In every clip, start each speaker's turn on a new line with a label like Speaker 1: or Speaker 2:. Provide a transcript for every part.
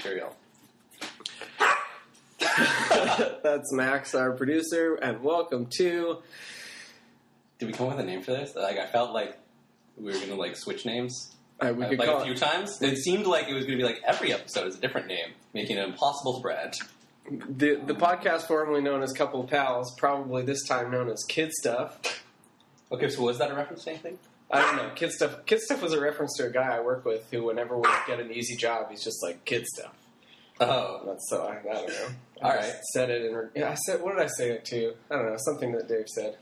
Speaker 1: material.
Speaker 2: That's Max, our producer, and welcome to.
Speaker 1: Did we come up with a name for this? Like, I felt like we were gonna like switch names
Speaker 2: Uh, we
Speaker 1: uh,
Speaker 2: could
Speaker 1: like
Speaker 2: call
Speaker 1: a few
Speaker 2: it
Speaker 1: times. It seemed like it was gonna be like every episode is a different name, making it impossible to brand.
Speaker 2: the, the podcast formerly known as Couple of Pals, probably this time known as Kid Stuff.
Speaker 1: Okay, so was that a reference to anything?
Speaker 2: I don't know. Kid Stuff Kid Stuff was a reference to a guy I work with who, whenever we get an easy job, he's just like, Kid Stuff.
Speaker 1: Oh,
Speaker 2: That's so, I, I don't know.
Speaker 1: All
Speaker 2: I just
Speaker 1: right.
Speaker 2: Said it in. re- Yeah, I said, what did I say it to? I don't know. Something that Dave said.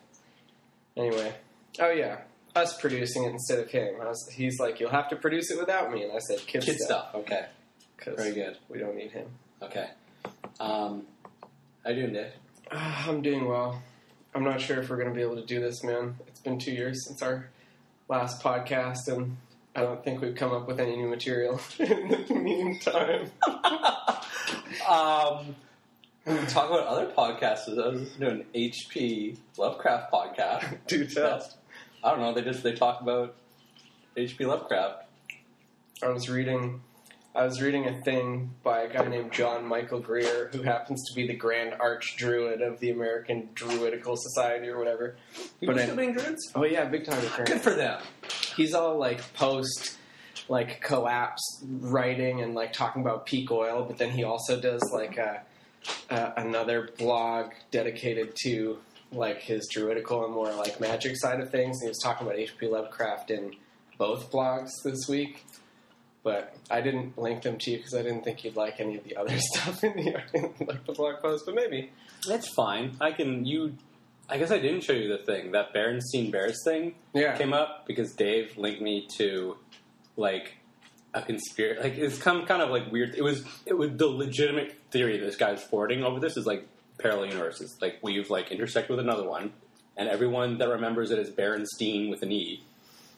Speaker 2: Anyway. Oh, yeah. Us producing it instead of him. I was, he's like, you'll have to produce it without me. And I said, Kid,
Speaker 1: kid stuff. Okay,
Speaker 2: Because
Speaker 1: very good.
Speaker 2: we don't need him.
Speaker 1: Okay, um, how you doing, Dave?
Speaker 2: Uh, I'm doing well. I'm not sure if we're going to be able to do this, man. It's been two years since our last podcast, and I don't think we've come up with any new material in the meantime.
Speaker 1: um, we can talk about other podcasts. I was listening to an HP Lovecraft podcast.
Speaker 2: Do tell.
Speaker 1: I don't know. They just they talk about HP Lovecraft.
Speaker 2: I was reading, I was reading a thing by a guy named John Michael Greer, who happens to be the Grand Arch Druid of the American Druidical Society or whatever.
Speaker 1: People
Speaker 2: But I-
Speaker 1: still being druids.
Speaker 2: Oh yeah, big time.
Speaker 1: Good
Speaker 2: apparently.
Speaker 1: for them.
Speaker 2: He's all like post, like collapse writing and like talking about peak oil, but then he also does like a, a, another blog dedicated to like his druidical and more like magic side of things. And he was talking about H.P. Lovecraft in both blogs this week. But I didn't link them to you because I didn't think you'd like any of the other stuff in the like the blog post. But maybe
Speaker 1: That's fine. I can you. I guess I didn't show you the thing that Berenstein Bears thing
Speaker 2: yeah,
Speaker 1: came up because Dave linked me to like a conspiracy. Like it's come kind of like weird. It was it was the legitimate theory this guy's forwarding over this is like parallel universes. Like we've like intersect with another one, and everyone that remembers it as Berenstein with an E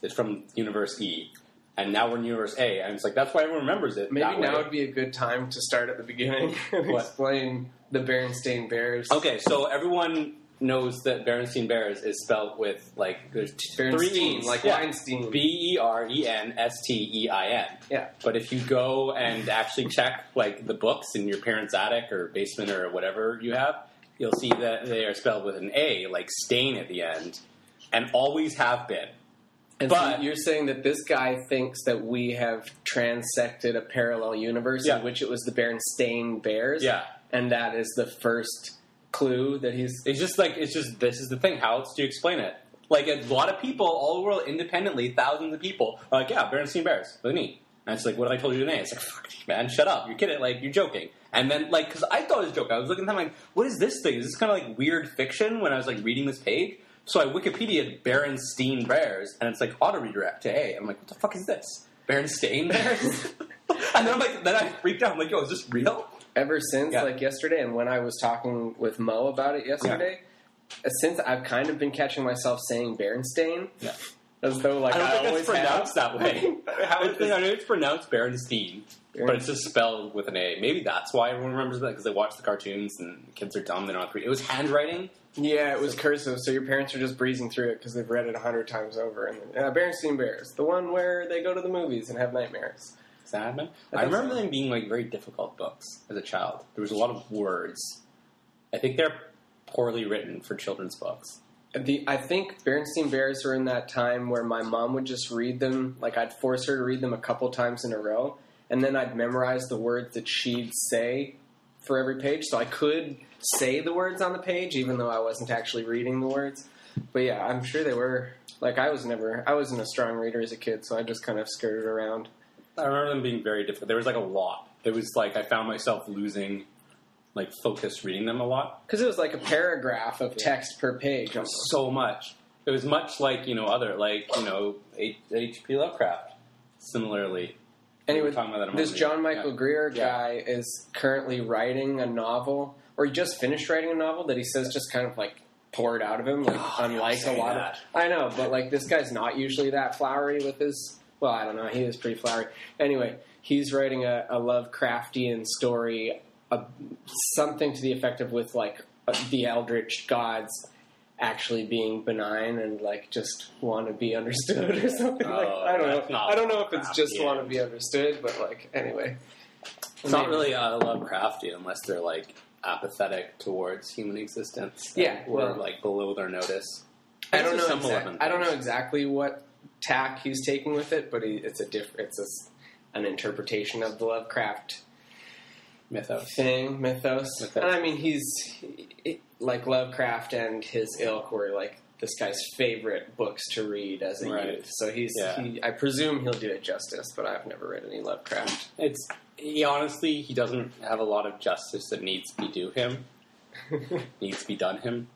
Speaker 1: is from universe E, and now we're in universe A, and it's like that's why everyone remembers it.
Speaker 2: Maybe
Speaker 1: that
Speaker 2: now
Speaker 1: way.
Speaker 2: would be a good time to start at the beginning and
Speaker 1: What?
Speaker 2: explain the Berenstain Bears.
Speaker 1: Okay, so everyone knows that Berenstein Bears is spelled with like there's t- three
Speaker 2: Berenstein,
Speaker 1: E's,
Speaker 2: like
Speaker 1: yeah.
Speaker 2: Weinstein.
Speaker 1: B E R E N S T E I N.
Speaker 2: yeah.
Speaker 1: But if you go and actually check like the books in your parents' attic or basement or whatever you have, you'll see that they are spelled with an A, like stain at the end, and always have been.
Speaker 2: And
Speaker 1: But-
Speaker 2: so you're saying that this guy thinks that we have transected a parallel universe
Speaker 1: Yeah.
Speaker 2: in which it was the Berenstain Bears.
Speaker 1: Yeah.
Speaker 2: And that is the first clue that he's.
Speaker 1: It's just like it's just this is the thing. How else do you explain it? Like a lot of people all over the world independently, thousands of people are like, yeah, Bernstein Bears, with an E. And it's like, what did I told you today? It's like, fuck, man, shut up. You're kidding. Like, you're joking. And then, like, because I thought it was a joke. I was looking at them like, what is this thing? Is this kind of like weird fiction when I was like reading this page? So I Wikipedia Berenstein Bears, and it's like auto redirect to A. I'm like, what the fuck is this? Berenstain Bears? and then I'm like, then I freaked out. I'm like, yo, is this real?
Speaker 2: Ever since,
Speaker 1: Yeah.
Speaker 2: like yesterday, and when I was talking with Mo about it yesterday, since I've kind of been catching myself saying Berenstain.
Speaker 1: Yeah.
Speaker 2: As though, like,
Speaker 1: I don't
Speaker 2: I,
Speaker 1: think
Speaker 2: always
Speaker 1: it's pronounced that way.
Speaker 2: How
Speaker 1: I
Speaker 2: is
Speaker 1: don't think I know it's pronounced Berenstein, but
Speaker 2: Berenstain.
Speaker 1: it's just spelled with an A. Maybe that's why everyone remembers that because they watch the cartoons and kids are dumb. They don't. Have to read. It was handwriting.
Speaker 2: Yeah, it was cursive, so your parents are just breezing through it because they've read it a hundred times over. And uh, Berenstain Bears, the one where they go to the movies and have nightmares.
Speaker 1: Does that happen?
Speaker 2: I
Speaker 1: I,
Speaker 2: think
Speaker 1: remember
Speaker 2: so.
Speaker 1: them being like very difficult books as a child. There was a lot of words. I think they're poorly written for children's books.
Speaker 2: The I think Berenstain Bears were in that time where my mom would just read them. Like I'd force her to read them a couple times in a row, and then I'd memorize the words that she'd say for every page, so I could say the words on the page, even though I wasn't actually reading the words. But yeah, I'm sure they were. Like I was never, I wasn't a strong reader as a kid, so I just kind of skirted around.
Speaker 1: I remember them being very difficult. There was like a lot. It was like I found myself losing like focus reading them a lot.
Speaker 2: Because it was like a paragraph of text per page. almost.
Speaker 1: so much. It was much like you know other like you know H- H.P. Lovecraft. Similarly,
Speaker 2: Anyway,
Speaker 1: We were talking about that a
Speaker 2: this
Speaker 1: moment
Speaker 2: John
Speaker 1: ago.
Speaker 2: Michael
Speaker 1: Yeah.
Speaker 2: Greer
Speaker 1: Yeah.
Speaker 2: guy is currently writing a novel, or he just finished writing a novel that he says just kind of like poured out of him, like
Speaker 1: Oh, don't
Speaker 2: unlike a
Speaker 1: say
Speaker 2: lot
Speaker 1: that.
Speaker 2: of. I know, but like this guy's not usually that flowery with his. Well, I don't know. He is pretty flowery. Anyway, he's writing a, a Lovecraftian story, a, something to the effect of with like the eldritch gods actually being benign and like just want to be understood or something. like,
Speaker 1: Oh,
Speaker 2: I don't
Speaker 1: that's
Speaker 2: know.
Speaker 1: not
Speaker 2: I don't know if it's just
Speaker 1: Lovecraftian.
Speaker 2: want to be understood, but like anyway.
Speaker 1: It's not really uh, Lovecraftian unless they're like apathetic towards human existence. and-
Speaker 2: Yeah,
Speaker 1: or
Speaker 2: well-
Speaker 1: like below their notice.
Speaker 2: I
Speaker 1: These
Speaker 2: don't
Speaker 1: are
Speaker 2: know.
Speaker 1: some
Speaker 2: Exact,
Speaker 1: eleven
Speaker 2: I don't know
Speaker 1: things.
Speaker 2: exactly what tack he's taking with it, but he, it's a diff, It's a s an interpretation of the Lovecraft
Speaker 1: mythos.
Speaker 2: thing mythos.
Speaker 1: Mythos.
Speaker 2: And I mean, he's he- he- like Lovecraft and his ilk were like this guy's favorite books to read as a
Speaker 1: Right.
Speaker 2: youth. So he's.
Speaker 1: Yeah.
Speaker 2: He, I presume he'll do it justice, but I've never read any Lovecraft.
Speaker 1: It's he honestly he doesn't have a lot of justice that needs to be due him, needs to be done him,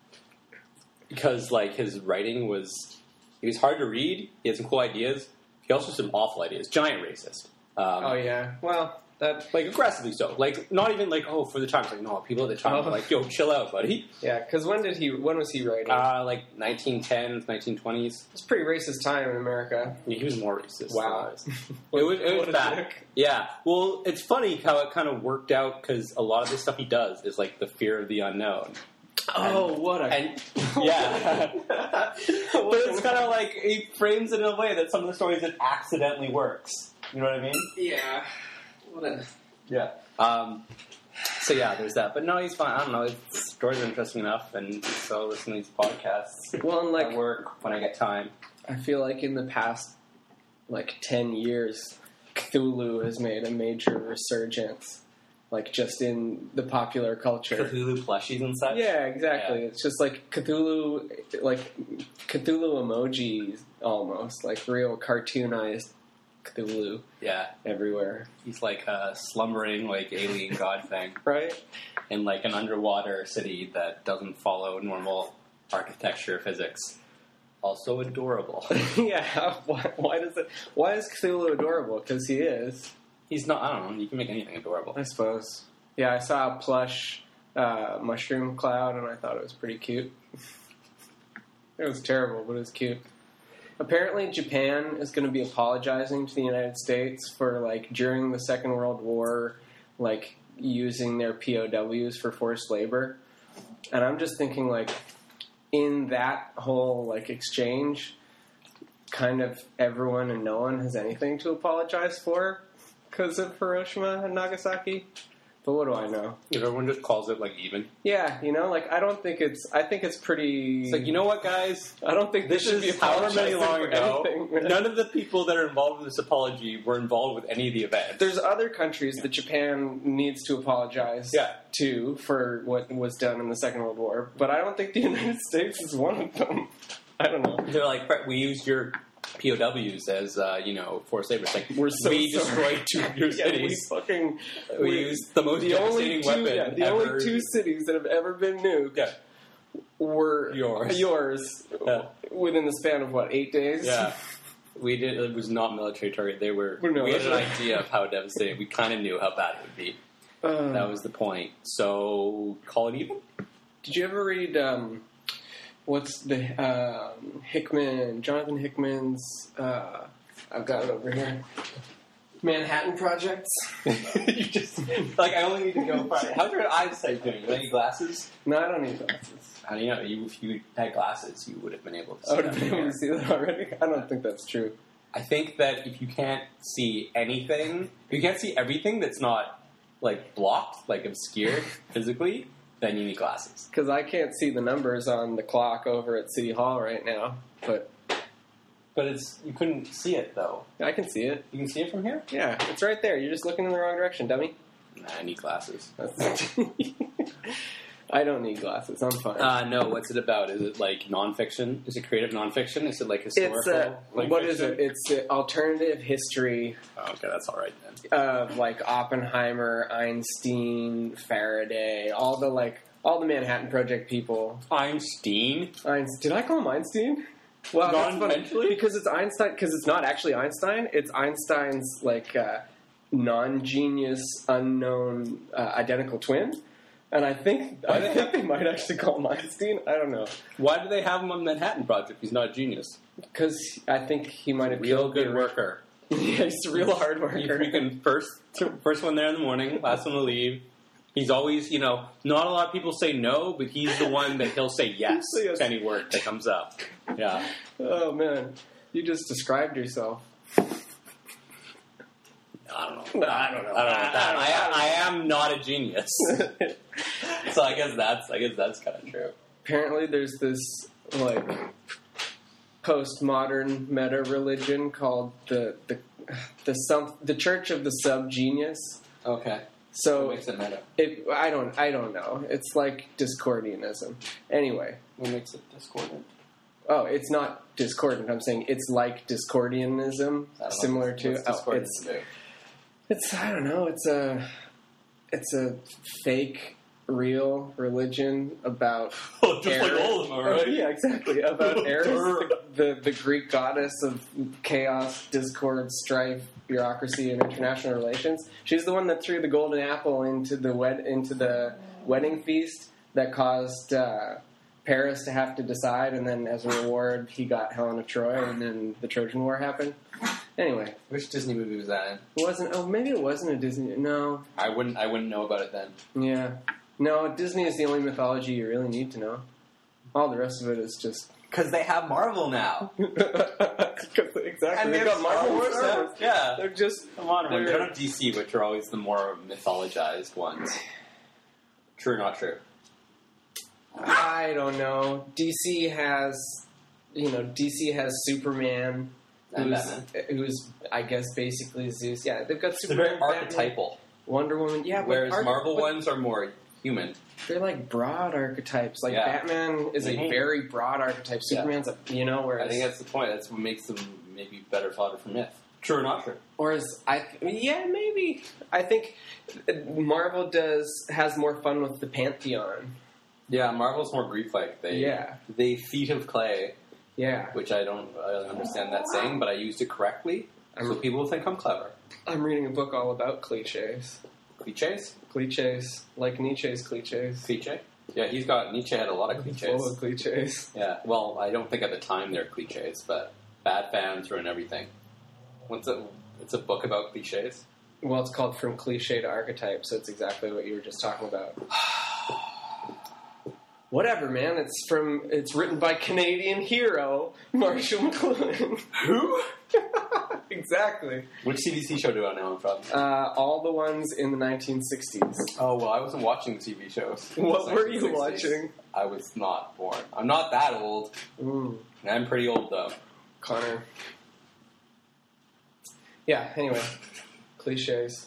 Speaker 1: because like his writing was he was hard to read. He had some cool ideas. He also had some awful ideas. Giant racist. Um,
Speaker 2: oh yeah. Well, that
Speaker 1: Like aggressively so. Like not even like oh for the time. It's like no people at the time
Speaker 2: Oh.
Speaker 1: were like yo chill out buddy.
Speaker 2: yeah. Because when did he? When was he writing?
Speaker 1: Uh, like 1910s, 1920s.
Speaker 2: it's a pretty racist time in America.
Speaker 1: Yeah, he was more racist. Than I
Speaker 2: Wow.
Speaker 1: was. It was, it
Speaker 2: What
Speaker 1: was
Speaker 2: a
Speaker 1: bad.
Speaker 2: dick.
Speaker 1: Yeah. Well, it's funny how it kind of worked out because a lot of the stuff he does is like the fear of the unknown.
Speaker 2: Oh, what a
Speaker 1: And yeah. but it's kind of like he frames it in a way that some of the stories it accidentally works. You know what I mean?
Speaker 2: yeah. What a
Speaker 1: Yeah. Um, so yeah, there's that. But no, he's fine. I don't know. His stories are interesting enough, and so I listen to these podcasts.
Speaker 2: well, and
Speaker 1: Like
Speaker 2: like
Speaker 1: work when I get time.
Speaker 2: I feel like in the past like ten years, Cthulhu has made a major resurgence, like just in the popular culture.
Speaker 1: Cthulhu plushies and such.
Speaker 2: Yeah, exactly. It's just like Cthulhu, like Cthulhu emojis almost, like real cartoonized Cthulhu
Speaker 1: Yeah.
Speaker 2: everywhere.
Speaker 1: He's like a slumbering, like alien god thing.
Speaker 2: Right?
Speaker 1: in like an underwater city that doesn't follow normal architecture physics. Also adorable.
Speaker 2: yeah. Why, why does it? Why is Cthulhu adorable? Because he is.
Speaker 1: He's not. I don't know. You can make anything adorable.
Speaker 2: I suppose. Yeah, I saw a plush uh, mushroom cloud and I thought it was pretty cute. it was terrible, but it was cute. Apparently, Japan is going to be apologizing to the United States for like during the Second World War, like using their POWs for forced labor. And I'm just thinking, like, in that whole like exchange, kind of everyone and no one has anything to apologize for because of Hiroshima and Nagasaki. But what do I know?
Speaker 1: If everyone just calls it like even,
Speaker 2: Yeah, you know, like I don't think it's. I think it's pretty.
Speaker 1: it's like you know what, guys.
Speaker 2: I don't think
Speaker 1: This
Speaker 2: should
Speaker 1: is
Speaker 2: be
Speaker 1: however many
Speaker 2: apologizing
Speaker 1: long
Speaker 2: for
Speaker 1: ago.
Speaker 2: anything.
Speaker 1: None of the people that are involved in this apology were involved with any of the event.
Speaker 2: There's other countries that Japan needs to apologize
Speaker 1: Yeah.
Speaker 2: to for what was done in the Second World War, but I don't think the United States is one of them. I don't know.
Speaker 1: They're like, "Brett, we used your POWs as uh, you know forced labor. It's like
Speaker 2: We're so
Speaker 1: we
Speaker 2: sorry.
Speaker 1: destroyed two of your
Speaker 2: Yeah, we
Speaker 1: cities.
Speaker 2: fucking
Speaker 1: we,
Speaker 2: we-
Speaker 1: used the most
Speaker 2: the only
Speaker 1: devastating
Speaker 2: two,
Speaker 1: weapon
Speaker 2: yeah, the
Speaker 1: ever.
Speaker 2: only two cities that have ever been nuked
Speaker 1: Yeah.
Speaker 2: were
Speaker 1: Yours.
Speaker 2: yours
Speaker 1: Yeah.
Speaker 2: within the span of what eight days?
Speaker 1: Yeah. We did. It was not military target. They were.
Speaker 2: We're
Speaker 1: we had an
Speaker 2: military.
Speaker 1: idea of how devastating. We kind of knew how bad it would be.
Speaker 2: Uh,
Speaker 1: That was the point. So call it even.
Speaker 2: Did you ever read um, what's the um, Hickman Jonathan Hickman's? Uh, I've got it over here. Manhattan Projects.
Speaker 1: you just like I only need to go find. How's your eyesight doing? You any glasses?
Speaker 2: No, I don't need glasses.
Speaker 1: How do you know? You, if you had glasses, you would have been able to.
Speaker 2: I
Speaker 1: See
Speaker 2: would have been able to
Speaker 1: that.
Speaker 2: see that already. I don't think that's true.
Speaker 1: I think that if you can't see anything, if you can't see everything that's not like blocked, like obscured physically, then you need glasses.
Speaker 2: Because I can't see the numbers on the clock over at City Hall right now, but
Speaker 1: But it's you couldn't see it though.
Speaker 2: I can see it.
Speaker 1: You can see it from here.
Speaker 2: Yeah, it's right there. You're just looking in the wrong direction, dummy.
Speaker 1: Nah, I need glasses.
Speaker 2: That's- I don't need glasses. I'm fine.
Speaker 1: Uh, no, what's it about? Is it like nonfiction? Is it creative nonfiction? Is it like historical?
Speaker 2: it's a
Speaker 1: like
Speaker 2: what is
Speaker 1: fiction?
Speaker 2: it? It's the alternative history
Speaker 1: Oh, okay, that's all right then.
Speaker 2: of like Oppenheimer, Einstein, Faraday, all the like all the Manhattan Project people.
Speaker 1: Einstein.
Speaker 2: Einstein, did I call him Einstein? Well, that's funny,
Speaker 1: Non-mentally?
Speaker 2: because it's Einstein. Because it's not actually Einstein. It's Einstein's like uh, non-genius, unknown, uh, identical twin. And I think
Speaker 1: Why
Speaker 2: I
Speaker 1: they-
Speaker 2: think they might actually call him Einstein. I don't know
Speaker 1: Why do they have him on Manhattan Project? He's not a genius.
Speaker 2: because I think he might have
Speaker 1: Real
Speaker 2: killed the
Speaker 1: good
Speaker 2: ori-
Speaker 1: worker.
Speaker 2: yeah, he's a real hard
Speaker 1: He
Speaker 2: worker.
Speaker 1: freaking first first one there in the morning, last one to leave. He's always, you know, not a lot of people say no, but he's the one that he'll say yes,
Speaker 2: Say yes.
Speaker 1: to any word that comes up. Yeah.
Speaker 2: Oh man, you just described yourself.
Speaker 1: I don't know. I don't know. I don't know.
Speaker 2: I-
Speaker 1: about that. I, I am not a genius, so I guess that's I guess that's kind of true.
Speaker 2: Apparently, there's this like postmodern meta religion called the the the some the Church of the Sub Genius.
Speaker 1: Okay, so
Speaker 2: So
Speaker 1: makes it meta?
Speaker 2: it, I don't I don't know. It's like Discordianism. Anyway,
Speaker 1: What makes it discordant?
Speaker 2: Oh, it's not discordant. I'm saying it's like discordianism,
Speaker 1: I don't know.
Speaker 2: similar to.
Speaker 1: What's
Speaker 2: Oh,
Speaker 1: discordant
Speaker 2: it's
Speaker 1: to do?
Speaker 2: it's I don't know. It's a it's a fake real religion about
Speaker 1: Oh, just
Speaker 2: Eris-
Speaker 1: like all of them, are, right?
Speaker 2: yeah, exactly about Eris,
Speaker 1: Durr.
Speaker 2: the the Greek goddess of chaos, discord, strife, bureaucracy, and international relations. She's the one that threw the golden apple into the wed into the wedding feast that caused. Uh, Paris to have to decide, and then as a reward, he got Helen of Troy, and then the Trojan War happened. Anyway,
Speaker 3: Which Disney movie was that in?
Speaker 2: it wasn't. Oh, maybe it wasn't a Disney. No,
Speaker 3: I wouldn't. I wouldn't know about it then.
Speaker 2: yeah, no. Disney is the only mythology you really need to know. All the rest of it is just
Speaker 1: Because they have Marvel now,
Speaker 2: exactly.
Speaker 1: and they've
Speaker 2: They've got Marvel
Speaker 1: Wars
Speaker 2: Star
Speaker 1: now.
Speaker 2: Wars.
Speaker 1: Yeah,
Speaker 2: They're just
Speaker 1: Come on,
Speaker 2: They're-
Speaker 1: we don't have DC, which are always the more mythologized ones. True, or not true.
Speaker 2: I don't know. DC has you know DC has Superman,
Speaker 1: And
Speaker 2: who's,
Speaker 1: Batman.
Speaker 2: who's I guess basically Zeus. Yeah, they've got
Speaker 1: They're
Speaker 2: Superman,
Speaker 1: very
Speaker 2: Batman,
Speaker 1: archetypal,
Speaker 2: Wonder Woman. Yeah, but
Speaker 1: whereas
Speaker 2: arch-
Speaker 1: Marvel
Speaker 2: but
Speaker 1: ones are more human.
Speaker 2: they're like broad archetypes. Like
Speaker 1: Yeah.
Speaker 2: Batman is a
Speaker 1: Mhm.
Speaker 2: very broad archetype.
Speaker 1: Yeah.
Speaker 2: Superman's a you know
Speaker 1: I
Speaker 2: whereas
Speaker 1: think that's the point. That's what makes them maybe better fodder for myth. True or not true?
Speaker 2: or is I yeah maybe I think Marvel does has more fun with the pantheon.
Speaker 1: Yeah, Marvel's more Greek like. They
Speaker 2: Yeah,
Speaker 1: they feet of clay,
Speaker 2: yeah.
Speaker 1: which I don't I don't understand that saying, but I used it correctly, so
Speaker 2: I'm-
Speaker 1: people think I'm clever.
Speaker 2: I'm reading a book all about cliches.
Speaker 1: Cliches,
Speaker 2: cliches, like Nietzsche's cliches.
Speaker 1: cliche. Yeah, he's got Nietzsche had a lot of cliches.
Speaker 2: Full of cliches.
Speaker 1: Yeah, well, I don't think at the time they're cliches, but bad fans ruin everything. What's it? It's a book about cliches.
Speaker 2: Well, it's called From Cliche to Archetype, so it's exactly what you were just talking about. Whatever, man. It's from. It's written by Canadian hero Marshall McLuhan.
Speaker 1: Who?
Speaker 2: exactly.
Speaker 1: Which CBC show do I know him from?
Speaker 2: Uh, all the ones in the 1960s.
Speaker 1: Oh well, I wasn't watching TV shows.
Speaker 2: What were you
Speaker 1: 1960s.
Speaker 2: watching?
Speaker 1: I was not born. I'm not that old.
Speaker 2: Ooh,
Speaker 1: and I'm pretty old though.
Speaker 2: Mm, Connor. Yeah. Anyway, cliches.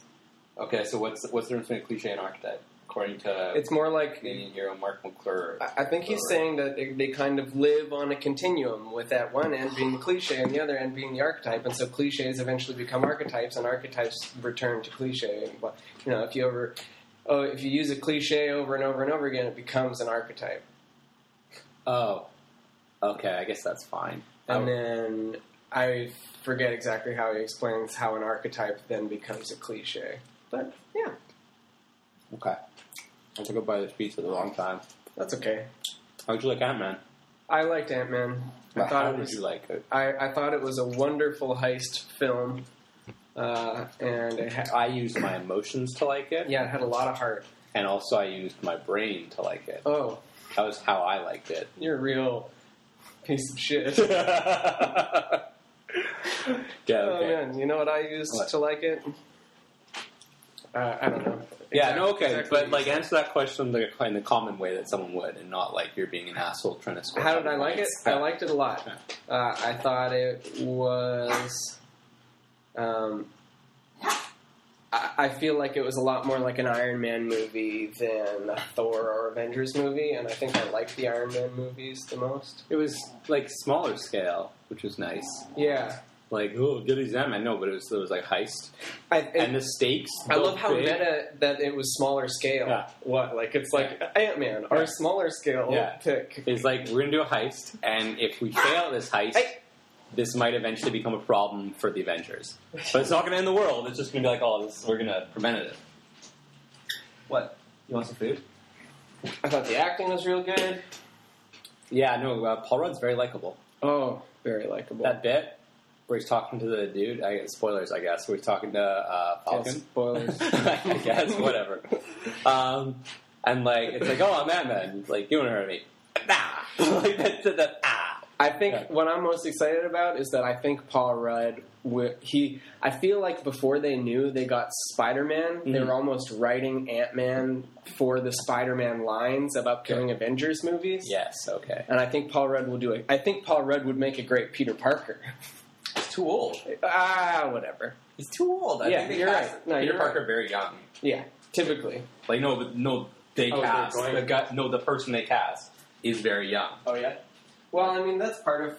Speaker 1: Okay, so what's what's the difference between a cliche and archetype? According to
Speaker 2: It's more like
Speaker 1: Canadian hero Mark McClure.
Speaker 2: I I think he's
Speaker 1: Right.
Speaker 2: saying that they, they kind of live on a continuum, with at one end being the cliche and the other end being the archetype, and so cliches eventually become archetypes, and archetypes return to cliche. And what- you know, if you over, oh, if you use a cliche over and over and over again, it becomes an archetype.
Speaker 1: Oh, okay, I guess that's fine. Oh,
Speaker 2: And then I forget exactly how he explains how an archetype then becomes a cliche. But yeah,
Speaker 1: okay, I took up by this piece for a long time.
Speaker 2: that's okay.
Speaker 1: How'd you like Ant Man?
Speaker 2: I liked Ant Man. I thought
Speaker 1: How
Speaker 2: it
Speaker 1: did
Speaker 2: was
Speaker 1: you like it?
Speaker 2: I, I thought it was a wonderful heist film, uh, and it ha-
Speaker 1: I used my emotions to like it,
Speaker 2: yeah, it had a lot of heart.
Speaker 1: and also I used my brain to like it.
Speaker 2: Oh,
Speaker 1: That was how I liked it.
Speaker 2: you're a real piece of shit.
Speaker 1: yeah.
Speaker 2: Oh
Speaker 1: Okay.
Speaker 2: man, you know what I used
Speaker 1: What?
Speaker 2: to like it? Uh, I don't know.
Speaker 1: Yeah,
Speaker 2: Exact-
Speaker 1: no, okay,
Speaker 2: exactly.
Speaker 1: but like answer that question the, in the common way that someone would, and not like you're being an asshole trying to score.
Speaker 2: how did I like it?
Speaker 1: points.
Speaker 2: I liked it a lot. Uh, I thought it was. Um, I, I feel like it was a lot more like an Iron Man movie than a Thor or Avengers movie, and I think I liked the Iron Man movies the most.
Speaker 1: It was like smaller scale, which was nice.
Speaker 2: Yeah,
Speaker 1: Like oh, good exam. I know, but it was it was like heist
Speaker 2: I,
Speaker 1: and the stakes.
Speaker 2: I
Speaker 1: both
Speaker 2: love how
Speaker 1: big.
Speaker 2: meta that it was smaller scale.
Speaker 1: Yeah.
Speaker 2: What like it's like Ant Man, our smaller scale
Speaker 1: Yeah.
Speaker 2: pick.
Speaker 1: It's like we're gonna do a heist, and if we fail this heist,
Speaker 2: Hey.
Speaker 1: this might eventually become a problem for the Avengers. But it's not gonna end the world. It's just gonna be like, oh, this we're gonna prevent it. What? You want some food?
Speaker 2: I thought the acting was real good.
Speaker 1: Yeah, no. Uh, Paul Rudd's very likable.
Speaker 2: Oh, very likable.
Speaker 1: That bit where he's talking to the dude, I, spoilers, I guess, where he's talking to uh,
Speaker 2: Yes,
Speaker 1: Falcon.
Speaker 2: spoilers.
Speaker 1: I guess, whatever. Um, and like, it's like, oh, I'm Ant Man. Like, you want to hurt me? Nah. like, that, that, that, ah.
Speaker 2: I think
Speaker 1: Yeah.
Speaker 2: what I'm most excited about is that I think Paul Rudd wi- he. I feel like before they knew they got Spider Man, they
Speaker 1: Mhm.
Speaker 2: were almost writing Ant Man for the Spider Man lines of upcoming Avengers movies.
Speaker 1: Yes. Okay.
Speaker 2: And I think Paul Rudd will do it. I think Paul Rudd would make a great Peter Parker.
Speaker 1: He's too old.
Speaker 2: Ah, whatever.
Speaker 1: He's too old. I
Speaker 2: Yeah,
Speaker 1: think they
Speaker 2: you're
Speaker 1: cast
Speaker 2: right. No,
Speaker 1: Peter
Speaker 2: you're
Speaker 1: Parker very young.
Speaker 2: Yeah, typically.
Speaker 1: Like no, but no, they
Speaker 2: Oh, they're
Speaker 1: cast
Speaker 2: going-
Speaker 1: the guy, no, the person they cast is very young.
Speaker 2: Oh yeah. Well, I mean that's part of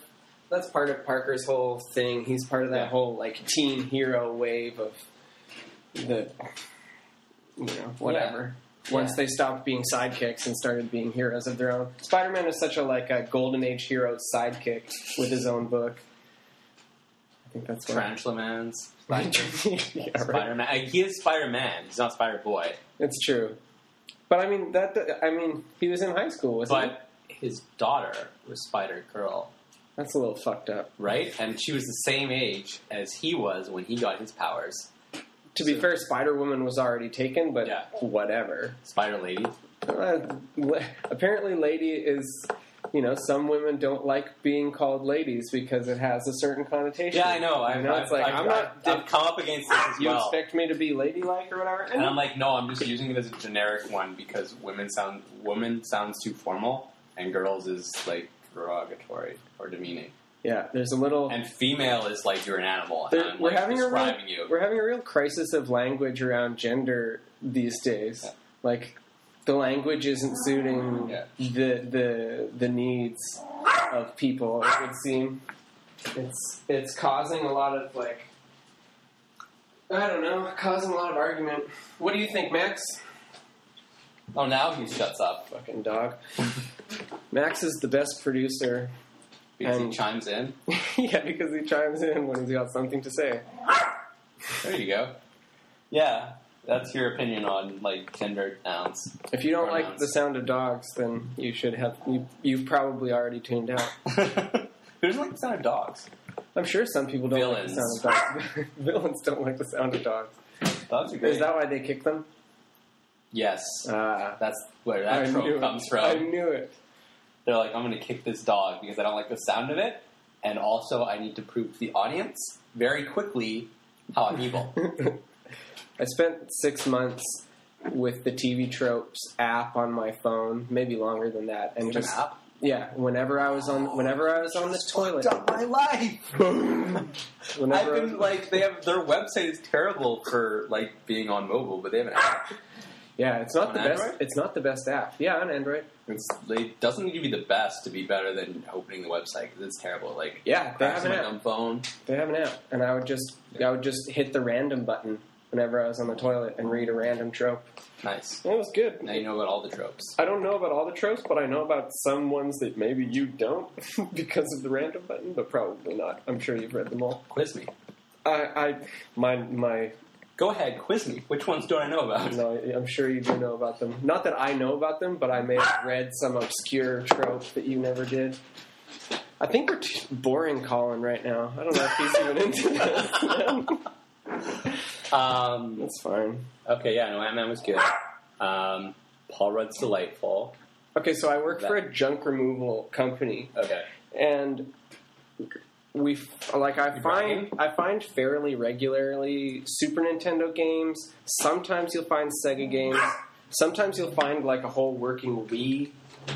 Speaker 2: that's part of Parker's whole thing. He's part of that
Speaker 1: Yeah.
Speaker 2: whole like teen hero wave of the you know whatever. Once
Speaker 3: Yeah.
Speaker 2: they stopped being sidekicks and started being heroes of their own, Spider-Man was such a like a golden age hero sidekick with his own book. I think that's what.
Speaker 1: Tarantula Man's
Speaker 2: yeah, right.
Speaker 1: Spider Man. He is Spider Man. He's not Spider Boy.
Speaker 2: It's true. But I mean that. I mean he was in high school, wasn't he?
Speaker 1: But his daughter was Spider Girl,
Speaker 2: That's a little fucked up.
Speaker 1: right? And she was the same age as he was when he got his powers.
Speaker 2: To be fair, Spider Woman was already taken, but
Speaker 1: Yeah.
Speaker 2: whatever.
Speaker 1: Spider Lady.
Speaker 2: Uh, le- apparently, lady is. You know, some women don't like being called ladies because it has a certain connotation.
Speaker 1: Yeah, I know. I
Speaker 2: You know, it's like
Speaker 1: i
Speaker 2: am not.
Speaker 1: I've,
Speaker 2: did
Speaker 1: I've come up against this as
Speaker 2: you
Speaker 1: well.
Speaker 2: expect me to be ladylike or whatever?
Speaker 1: and I'm like, no, I'm just using it as a generic one because women sound woman sounds too formal, and girls is like derogatory or demeaning.
Speaker 2: yeah, there's a little.
Speaker 1: And female is like you're an animal. And
Speaker 2: There-
Speaker 1: I'm
Speaker 2: we're
Speaker 1: Um, like
Speaker 2: having a real-
Speaker 1: describing you.
Speaker 2: We're having a real crisis of language around gender these days.
Speaker 1: Yeah.
Speaker 2: Like, the language isn't suiting
Speaker 1: Yeah.
Speaker 2: the the the needs of people. It would seem it's it's causing a lot of like I don't know, causing a lot of argument. What do you think, Max?
Speaker 1: Oh, now he shuts up
Speaker 2: Fucking dog. Max is the best producer.
Speaker 1: because
Speaker 2: And-
Speaker 1: he chimes in.
Speaker 2: yeah, because he chimes in when he's got something to say.
Speaker 1: There you go. Yeah, that's your opinion on like gender nouns.
Speaker 2: If you don't like
Speaker 1: Pronouns.
Speaker 2: the sound of dogs, then you should have you. You've probably already tuned out.
Speaker 1: Who doesn't like the sound of dogs?
Speaker 2: I'm sure some people don't
Speaker 1: Villains.
Speaker 2: like the sound of dogs. Villains don't like the sound of dogs.
Speaker 1: Dogs are
Speaker 2: Is that why they kick them?
Speaker 1: yes,
Speaker 2: Ah,
Speaker 1: that's where Uh, that
Speaker 2: I knew
Speaker 1: trope
Speaker 2: it.
Speaker 1: comes
Speaker 2: I
Speaker 1: from.
Speaker 2: knew it.
Speaker 1: They're like, I'm going to kick this dog because I don't like the sound of it, and also I need to prove to the audience very quickly how I'm evil.
Speaker 2: I spent six months with the TV Tropes app on my phone, maybe longer than that, and
Speaker 1: An
Speaker 2: just
Speaker 1: app.
Speaker 2: yeah, whenever I was on, whenever I was on the toilet,
Speaker 1: Fucked up my life. I've
Speaker 2: whenever I was-
Speaker 1: been like, they have their website is terrible for like being on mobile, but they have an app.
Speaker 2: yeah, it's not
Speaker 1: on
Speaker 2: the best.
Speaker 1: Android?
Speaker 2: It's not the best app. Yeah, on Android.
Speaker 1: It's, it doesn't need to be the best to be better than opening the website because it's terrible. Like
Speaker 2: Yeah, they have
Speaker 1: crashing
Speaker 2: an
Speaker 1: my
Speaker 2: app.
Speaker 1: dumb phone.
Speaker 2: They have an app, and I would just I would just hit the random button whenever I was on the toilet and read a random trope.
Speaker 1: Nice.
Speaker 2: It was good.
Speaker 1: Now you know about all the tropes.
Speaker 2: I don't know about all the tropes, but I know about some ones that maybe you don't because of the random button, but probably not. I'm sure you've read them all.
Speaker 1: Quiz me.
Speaker 2: I, I my my
Speaker 1: Go ahead, quiz me. Which ones do I know about?
Speaker 2: no, I'm sure you do know about them. Not that I know about them, but I may have read some obscure trope that you never did. I think we're t- boring Colin right now. I don't know if he's even into this.
Speaker 1: Um,
Speaker 2: That's fine.
Speaker 1: okay, yeah, no, Ant Man was good. Um, Paul Rudd's delightful.
Speaker 2: Okay, so I worked for a junk removal company,
Speaker 1: Okay.
Speaker 2: and we f- like I find I find fairly regularly Super Nintendo games. Sometimes you'll find Sega games. Sometimes you'll find like a whole working Wii,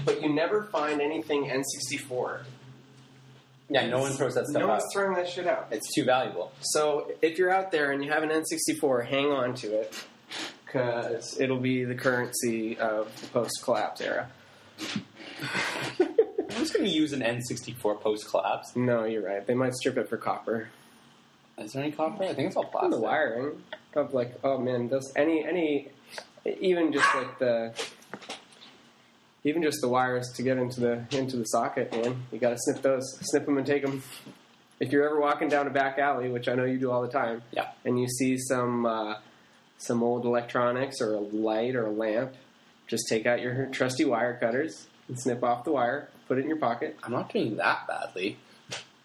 Speaker 2: but you never find anything N64.
Speaker 1: Yeah, no one throws that stuff
Speaker 2: No
Speaker 1: out.
Speaker 2: one's throwing that shit out.
Speaker 1: it's too valuable.
Speaker 2: So if you're out there and you have an N64, hang on to it because it'll be the currency of the post-collapse era.
Speaker 1: I'm just going to use an N64 post collapse.
Speaker 2: No, you're right. They might strip it for copper.
Speaker 1: Is there any copper? I think it's all
Speaker 2: on
Speaker 1: plastic.
Speaker 2: the wiring of like oh man those any any even just like the even just the wires to get into the into the socket man you got to snip those snip them and take them if you're ever walking down a back alley which i know you do all the time
Speaker 1: Yeah.
Speaker 2: and you see some uh, some old electronics or a light or a lamp just take out your trusty wire cutters and snip off the wire put it in your pocket
Speaker 1: I'm not doing that badly.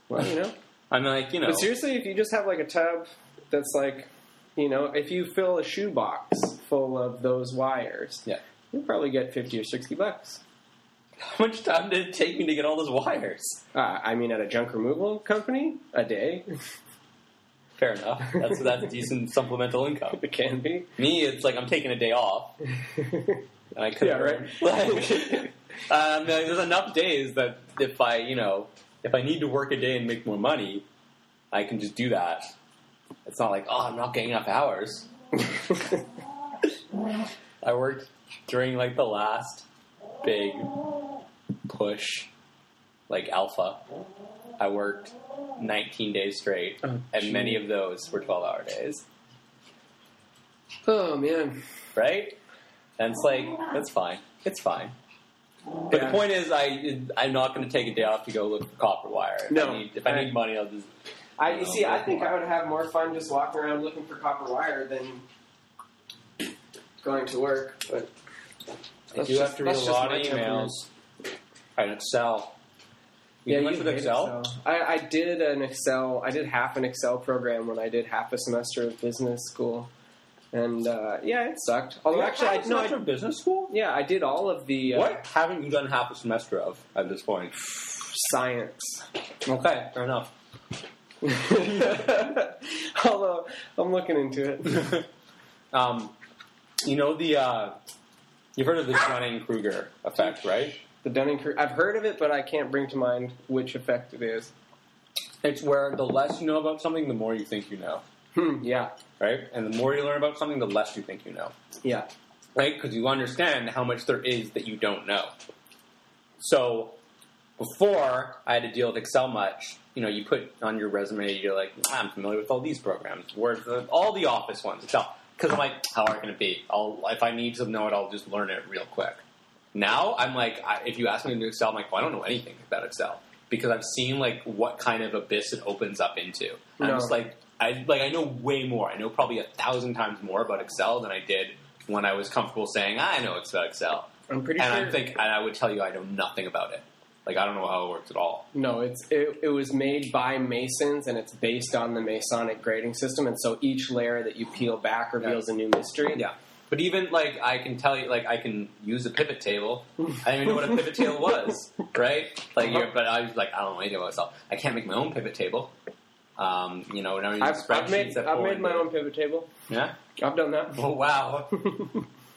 Speaker 2: well you know
Speaker 1: I'm like, you know.
Speaker 2: but seriously, if you just have like a tub that's like, you know, if you fill a shoebox full of those wires,
Speaker 1: Yeah.
Speaker 2: you'll probably get 50 or 60 bucks.
Speaker 1: How much time did it take me to get all those wires?
Speaker 2: Uh, I mean, at a junk removal company, a day.
Speaker 1: Fair enough. That's that's decent supplemental income.
Speaker 2: It can be.
Speaker 1: Me, it's like I'm taking a day off, and I could.
Speaker 2: Yeah, right.
Speaker 1: Like, um, there's enough days that if I, you know, if I need to work a day and make more money, I can just do that. It's not like oh, I'm not getting enough hours. I worked during like the last big push, like alpha. I worked 19 days straight,
Speaker 2: Oh,
Speaker 1: and many of those were 12 hour days,
Speaker 2: oh man.
Speaker 1: right? And it's like that's fine, it's fine. But
Speaker 2: Yeah.
Speaker 1: the point is, I I'm not going to take a day off to go look for copper wire. If
Speaker 2: No.
Speaker 1: I need, if I need money, I'll just
Speaker 2: I you see. I think I would have more fun just walking around looking for copper wire than going to work. But
Speaker 1: I
Speaker 2: That's
Speaker 1: do
Speaker 2: just-
Speaker 1: have to read a
Speaker 2: that's just
Speaker 1: lot
Speaker 2: my
Speaker 1: of
Speaker 2: temperament.
Speaker 1: emails. All right, Excel. You went with
Speaker 2: hate
Speaker 1: Excel.
Speaker 2: I, I did an Excel. I did half an Excel program when I did half a semester of business school, and uh, yeah, it sucked. Although actually, I, no, I,
Speaker 1: business school.
Speaker 2: yeah, I did all of the uh,
Speaker 1: What haven't you done half a semester of at this point?
Speaker 2: science.
Speaker 1: Okay, fair enough.
Speaker 2: Although I'm looking into it.
Speaker 1: um, you know the uh, you've heard of the Dunning Kruger effect, right?
Speaker 2: The Dunning Kruger. I've heard of it, but I can't bring to mind which effect it is.
Speaker 1: It's where the less you know about something, the more you think you know,
Speaker 2: Hmm, yeah,
Speaker 1: right? And the more you learn about something, the less you think you know,
Speaker 2: yeah.
Speaker 1: right? Because you understand how much there is that you don't know. So before I had to deal with Excel much, you know, you put on your resume, you're like, "Ah, I'm familiar with all these programs, Word, all the Office ones, Excel. Because I'm like, how hard can it be? I'll, if I need to know it, I'll just learn it real quick. Now I'm like, I, if you ask me to do Excel, I'm like, well, I don't know anything about Excel because I've seen like what kind of abyss it opens up into. And
Speaker 2: No.
Speaker 1: I'm just like, I like I know way more. I know probably a thousand times more about Excel than I did when I was comfortable saying I know it's about Excel.
Speaker 2: I'm pretty
Speaker 1: And
Speaker 2: sure.
Speaker 1: I think, and I would tell you, I know nothing about it. Like I don't know how it works at all.
Speaker 2: No, it's it, it was made by Masons and it's based on the Masonic grading system, and so each layer that you peel back reveals a new mystery.
Speaker 1: But even like I can tell you, like I can use a pivot table. I didn't even know what a pivot table was, right? Like,
Speaker 2: Uh-huh.
Speaker 1: you're, but I was like, I don't know anything about myself. I can't make my own pivot table. Um, you know, now you
Speaker 2: I've,
Speaker 1: use
Speaker 2: I've
Speaker 1: spreadsheets
Speaker 2: made
Speaker 1: that
Speaker 2: I've
Speaker 1: forward
Speaker 2: made my
Speaker 1: the-
Speaker 2: own pivot table.
Speaker 1: Yeah.
Speaker 2: I've done that.
Speaker 1: Oh wow.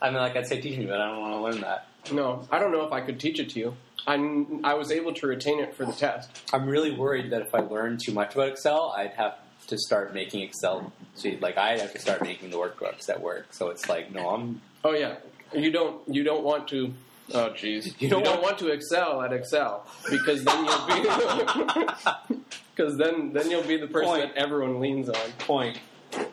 Speaker 1: I mean, like I'd say teach me, but I don't want to learn that.
Speaker 2: No, I don't know if I could teach it to you. I I was able to retain it for the test.
Speaker 1: I'm really worried that if I learned too much about Excel, I'd have to start making Excel. So like I'd have to start making the workbooks that work. So it's like, no, I'm
Speaker 2: Oh yeah, you don't you don't want to. Oh jeez, you,
Speaker 1: don't
Speaker 2: don't want, to excel at Excel because then you'll be because then then you'll be the person
Speaker 1: Point.
Speaker 2: that everyone leans on.
Speaker 1: point.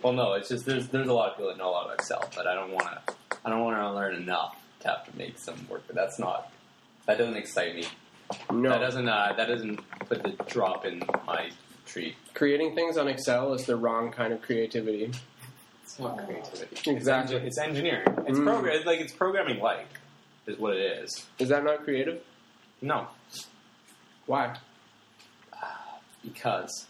Speaker 1: Well, no, it's just there's there's a lot of people that know a lot about Excel, but I don't want to. I don't want to learn enough to have to make some work. But that's not. That doesn't excite me.
Speaker 2: No,
Speaker 1: That doesn't. Uh, that doesn't put the drop in my tree.
Speaker 2: creating things on Excel is the wrong kind of creativity.
Speaker 1: It's not creativity.
Speaker 2: Exactly.
Speaker 1: It's engineering. It's
Speaker 2: Oh. Mm.
Speaker 1: program. Like it's programming like is what it is.
Speaker 2: Is that not creative?
Speaker 1: No,
Speaker 2: Why?
Speaker 1: because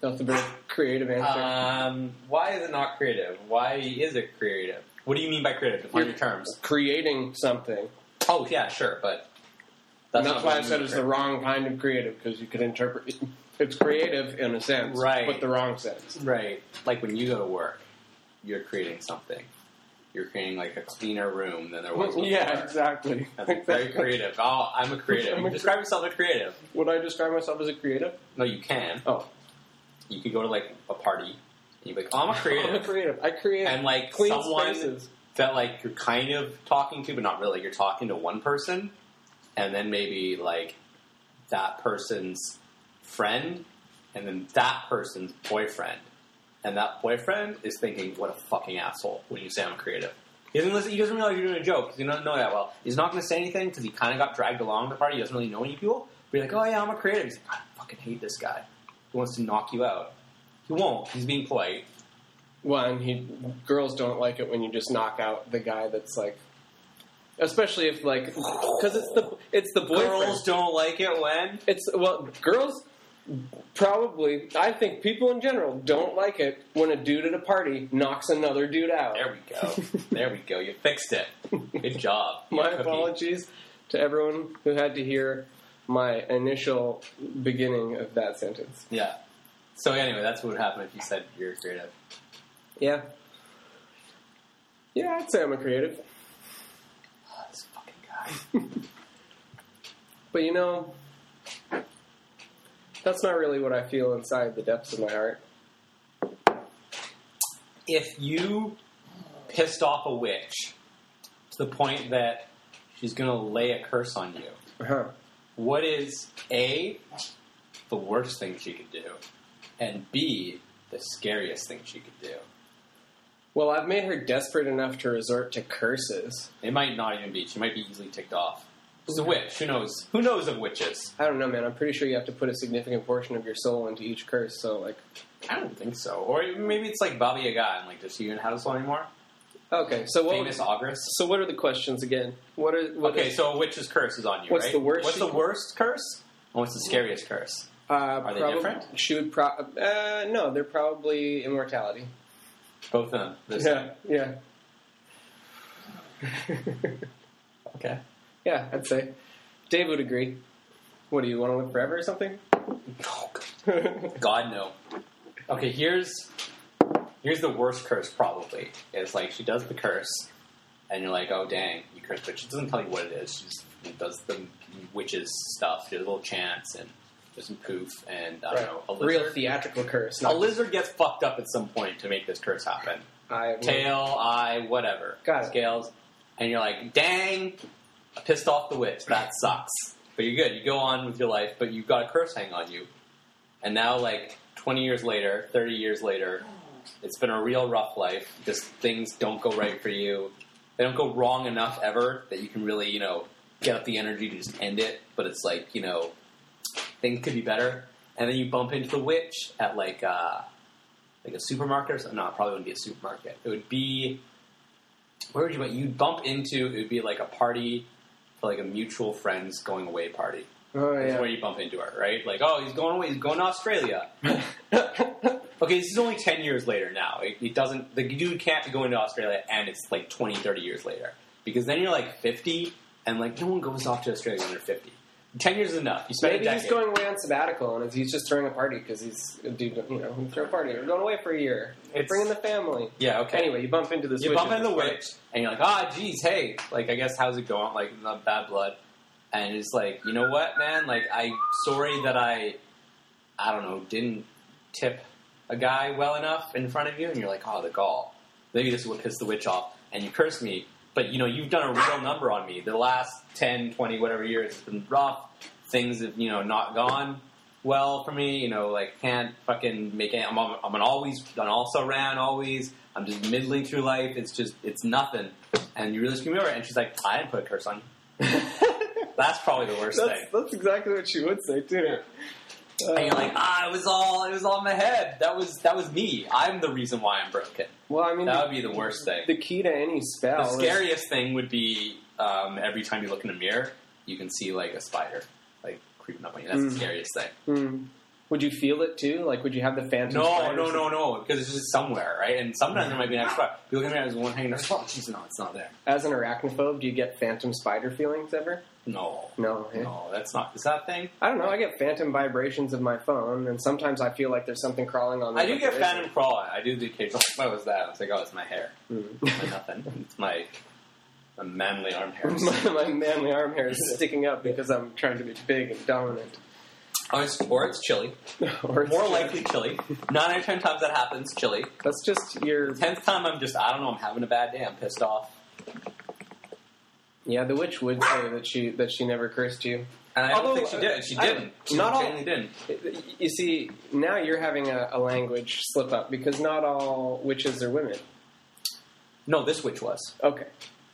Speaker 2: That's a very creative answer.
Speaker 1: um, why is it not creative? Why is it creative? What do you mean by creative? Define your terms.
Speaker 2: creating something.
Speaker 1: Oh yeah, sure, but
Speaker 2: and that's
Speaker 1: not
Speaker 2: why
Speaker 1: what
Speaker 2: I
Speaker 1: mean
Speaker 2: said it's
Speaker 1: by
Speaker 2: the wrong kind of creative because you can interpret. It's creative in a sense,
Speaker 1: Right.
Speaker 2: But the wrong sense.
Speaker 1: Right. Like when you go to work, you're creating something. You're creating like a cleaner room than there was before.
Speaker 2: yeah, exactly.
Speaker 1: That's very creative. Oh, I'm a creative.
Speaker 2: I'm a
Speaker 1: Describe yourself as creative.
Speaker 2: Would I describe myself as a creative?
Speaker 1: No, you can.
Speaker 2: Oh,
Speaker 1: You could go to like a party and you'd be like, oh, I'm a
Speaker 2: I'm a
Speaker 1: creative.
Speaker 2: creative. I create
Speaker 1: And like
Speaker 2: clean
Speaker 1: someone
Speaker 2: spaces.
Speaker 1: that like you're kind of talking to, but not really. You're talking to one person, and then maybe like that person's friend, and then that person's boyfriend, and that boyfriend is thinking, "What a fucking asshole!" When you say I'm creative, he doesn't listen. He doesn't realize you're doing a joke because you don't know that well. He's not going to say anything because he kind of got dragged along the party. He doesn't really know any people. But you're like, "Oh yeah, I'm a creative." He's like, "I fucking hate this guy. He wants to knock you out." He won't. He's being polite.
Speaker 2: One, he girls don't like it when you just knock out the guy that's like, especially if like, because it's the it's the boyfriend.
Speaker 1: Girls don't like it when
Speaker 2: It's well, girls probably. I think people in general don't like it when a dude at a party knocks another dude out.
Speaker 1: There we go. there we go. You fixed it. Good job.
Speaker 2: My
Speaker 1: Cookie.
Speaker 2: apologies to everyone who had to hear my initial beginning of that sentence.
Speaker 1: Yeah. So anyway, that's what would happen if you said you're creative.
Speaker 2: Yeah. Yeah, I'd say I'm a creative.
Speaker 1: Oh, this fucking guy.
Speaker 2: But you know, that's not really what I feel inside the depths of my heart.
Speaker 1: If you pissed off a witch to the point that she's going to lay a curse on you,
Speaker 2: Uh-huh.
Speaker 1: what is A, the worst thing she could do, and B, the scariest thing she could do?
Speaker 2: Well, I've made her desperate enough to resort to curses.
Speaker 1: It might not even be. She might be easily ticked off. She's a witch. Who knows? Who knows of witches?
Speaker 2: I don't know, man. I'm pretty sure you have to put a significant portion of your soul into each curse. So, like,
Speaker 1: I don't think so. Or maybe it's like Baba Yaga. And like, does she even have a soul anymore?
Speaker 2: okay. So what?
Speaker 1: Famous ogress.
Speaker 2: so what are the questions again? What are what
Speaker 1: Okay,
Speaker 2: is-
Speaker 1: so a witch's curse is on you.
Speaker 2: What's
Speaker 1: right?
Speaker 2: the worst
Speaker 1: What's the
Speaker 2: she-
Speaker 1: worst curse? And what's the scariest curse?
Speaker 2: uh,
Speaker 1: they
Speaker 2: probab-
Speaker 1: different?
Speaker 2: She would pro. Uh, no, they're probably immortality.
Speaker 1: Both of them. This
Speaker 2: yeah, yeah,
Speaker 1: Okay.
Speaker 2: yeah. I'd say Dave would agree. What do you want to live forever or something? Oh,
Speaker 1: God no. Okay, here's here's the worst curse probably. It's like she does the curse, and you're like, oh dang, you cursed, but she doesn't tell you what it is. She just does the witches stuff. She does a little chants and does some poof and I don't know a
Speaker 2: Real
Speaker 1: lizard.
Speaker 2: theatrical curse.
Speaker 1: a
Speaker 2: Not
Speaker 1: lizard gets fucked up at some point to make this curse happen.
Speaker 2: I have no-
Speaker 1: tail, eye, whatever.
Speaker 2: Got it.
Speaker 1: Scales. And you're like, dang, I pissed off the witch. That sucks. But you're good. You go on with your life, but you've got a curse hang on you. And now, like, 20 years later, 30 years later, it's been a real rough life. Just things don't go right for you. They don't go wrong enough ever that you can really, you know, get up the energy to just end it. But it's like, you know, things could be better. And then you bump into the witch at, like, uh, like a supermarket or something. No, it probably wouldn't be a supermarket. It would be where would you but you'd bump into it would be like a party for like a mutual friends going away party.
Speaker 2: Oh
Speaker 1: That's
Speaker 2: yeah.
Speaker 1: where you bump into her, right? Like, oh he's going away, he's going to Australia. Okay, this is only 10 years later now. It, it doesn't, the dude can't be going to Australia and it's like 20, 30 years later. Because then you're like 50 and like no one goes off to Australia when they're 50. 10 years is enough. You spend
Speaker 2: Maybe
Speaker 1: a
Speaker 2: he's
Speaker 1: decade.
Speaker 2: going away on sabbatical and he's just throwing a party because he's a dude, you know, he throw a party. We're going away for a year.
Speaker 1: It's-
Speaker 2: Bring in the family.
Speaker 1: yeah, okay.
Speaker 2: Anyway, you bump into this.
Speaker 1: You
Speaker 2: witch
Speaker 1: bump
Speaker 2: at
Speaker 1: into the
Speaker 2: this party.
Speaker 1: witch, and you're like, ah, geez, hey, like, I guess how's it going? Like, not bad blood. And it's like, you know what, man? Like, I'm sorry that I, I don't know, didn't tip a guy well enough in front of you. And you're like, oh, the gall. Maybe this will piss the witch off. And you curse me. But, you know, you've done a real number on me. The last 10, 20, whatever years, it's been rough. Things have, you know, not gone well for me. You know, like can't fucking make it. I'm, on- I'm an always, an also ran always. I'm just middling through life. It's just, it's nothing. And you really screw me over. And she's like, I didn't put a curse on you. That's probably the worst thing.
Speaker 2: That's, that's exactly what she would say too. Uh,
Speaker 1: And you're like, ah, it was all, it was all in my head. That was, that was me. I'm the reason why I'm broken.
Speaker 2: well, I mean,
Speaker 1: That
Speaker 2: the,
Speaker 1: would be the worst thing.
Speaker 2: the key to any
Speaker 1: The
Speaker 2: spell. Is,
Speaker 1: scariest thing would be um, every time you look in a mirror, you can see like a spider, like creeping up on you. That's the
Speaker 2: Mm.
Speaker 1: scariest thing.
Speaker 2: Hmm. would you feel it too? Like, would you have the phantom?
Speaker 1: No,
Speaker 2: spiders?
Speaker 1: no, no, no, because it's just somewhere, right? And sometimes there might be an extra. You look at me, there's one hanging there. Oh, jeez, no, it's not there.
Speaker 2: As an arachnophobe, do you get phantom spider feelings ever?
Speaker 1: No,
Speaker 2: No. eh?
Speaker 1: no, that's not. Is that a thing?
Speaker 2: I don't know. I get phantom vibrations of my phone, and sometimes I feel like there's something crawling on.
Speaker 1: I
Speaker 2: me,
Speaker 1: do get
Speaker 2: but there isn't.
Speaker 1: phantom crawl. I do the occasional. What was that? I was like, oh, it's my hair.
Speaker 2: Hmm.
Speaker 1: It's my nothing. It's my, my manly arm hairs.
Speaker 2: my, my manly arm hair is sticking up because I'm trying to be big and dominant.
Speaker 1: or, Oh, it's, or it's chilly.
Speaker 2: or it's
Speaker 1: More
Speaker 2: just-
Speaker 1: likely chilly. Nine out of ten times that happens, chilly.
Speaker 2: that's just your.
Speaker 1: Tenth time, I'm just. I don't know. I'm having a bad day. I'm pissed off.
Speaker 2: Yeah, the witch would say that she that she never cursed you.
Speaker 1: And I don't
Speaker 2: Although,
Speaker 1: think she did. She
Speaker 2: I-
Speaker 1: didn't. She
Speaker 2: not all-
Speaker 1: genuinely didn't.
Speaker 2: You see, now you're having a, a language slip up because not all witches are women.
Speaker 1: No, this witch was.
Speaker 2: Okay,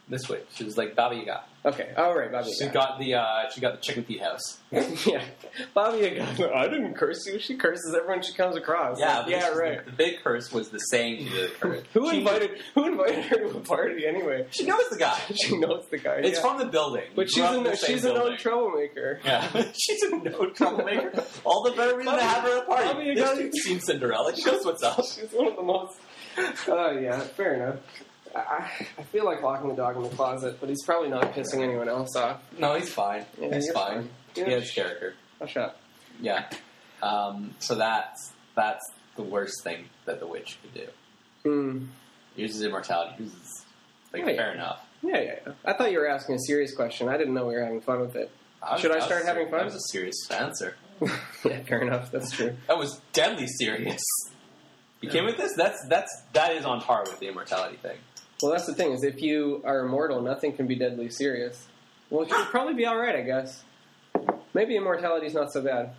Speaker 1: This witch. She was like Baba Yaga.
Speaker 2: okay, all right, Bobby.
Speaker 1: She got the uh, she got the chicken feet house.
Speaker 2: yeah, Bobby. Yaga, I didn't curse you. She curses everyone she comes across.
Speaker 1: Yeah,
Speaker 2: Like,
Speaker 1: but
Speaker 2: yeah,
Speaker 1: this is-
Speaker 2: right.
Speaker 1: The big curse was the saying to the curse.
Speaker 2: Who
Speaker 1: she,
Speaker 2: invited Who invited her to a party anyway?
Speaker 1: She knows the guy.
Speaker 2: She knows the guy.
Speaker 1: It's
Speaker 2: yeah.
Speaker 1: from the building. We
Speaker 2: but she's
Speaker 1: grew up in
Speaker 2: a
Speaker 1: the same
Speaker 2: she's a known
Speaker 1: building.
Speaker 2: troublemaker.
Speaker 1: Yeah, she's a no troublemaker. All the better reason to
Speaker 2: Bobby-
Speaker 1: have her at a
Speaker 2: Bobby
Speaker 1: party. This
Speaker 2: Yaga-
Speaker 1: dude's seen Cinderella. She knows what's up.
Speaker 2: She's one of the most. Oh yeah, fair enough. I- I, I feel like locking the dog in the closet, but he's probably not pissing anyone else off.
Speaker 1: No, he's fine.
Speaker 2: Yeah,
Speaker 1: he's
Speaker 2: you're
Speaker 1: fine.
Speaker 2: fine. Yeah.
Speaker 1: He has character.
Speaker 2: I'll shut.
Speaker 1: Yeah. Um, so that's That's the worst thing that the witch could do.
Speaker 2: Mm,
Speaker 1: Uses immortality. Uses like
Speaker 2: Right.
Speaker 1: fair enough.
Speaker 2: yeah, yeah, yeah. I thought you were asking a serious question. I didn't know we were having fun with it.
Speaker 1: was-
Speaker 2: Should I
Speaker 1: that was
Speaker 2: start
Speaker 1: a
Speaker 2: having
Speaker 1: serious-
Speaker 2: fun?
Speaker 1: That was a serious answer.
Speaker 2: yeah, fair enough. That's true.
Speaker 1: That was deadly serious. You came with this? That's that's that is on par with the immortality thing.
Speaker 2: Well, that's the thing is, if you are immortal, nothing can be deadly serious. Well, it should probably be all right, I guess. Maybe immortality's not so bad.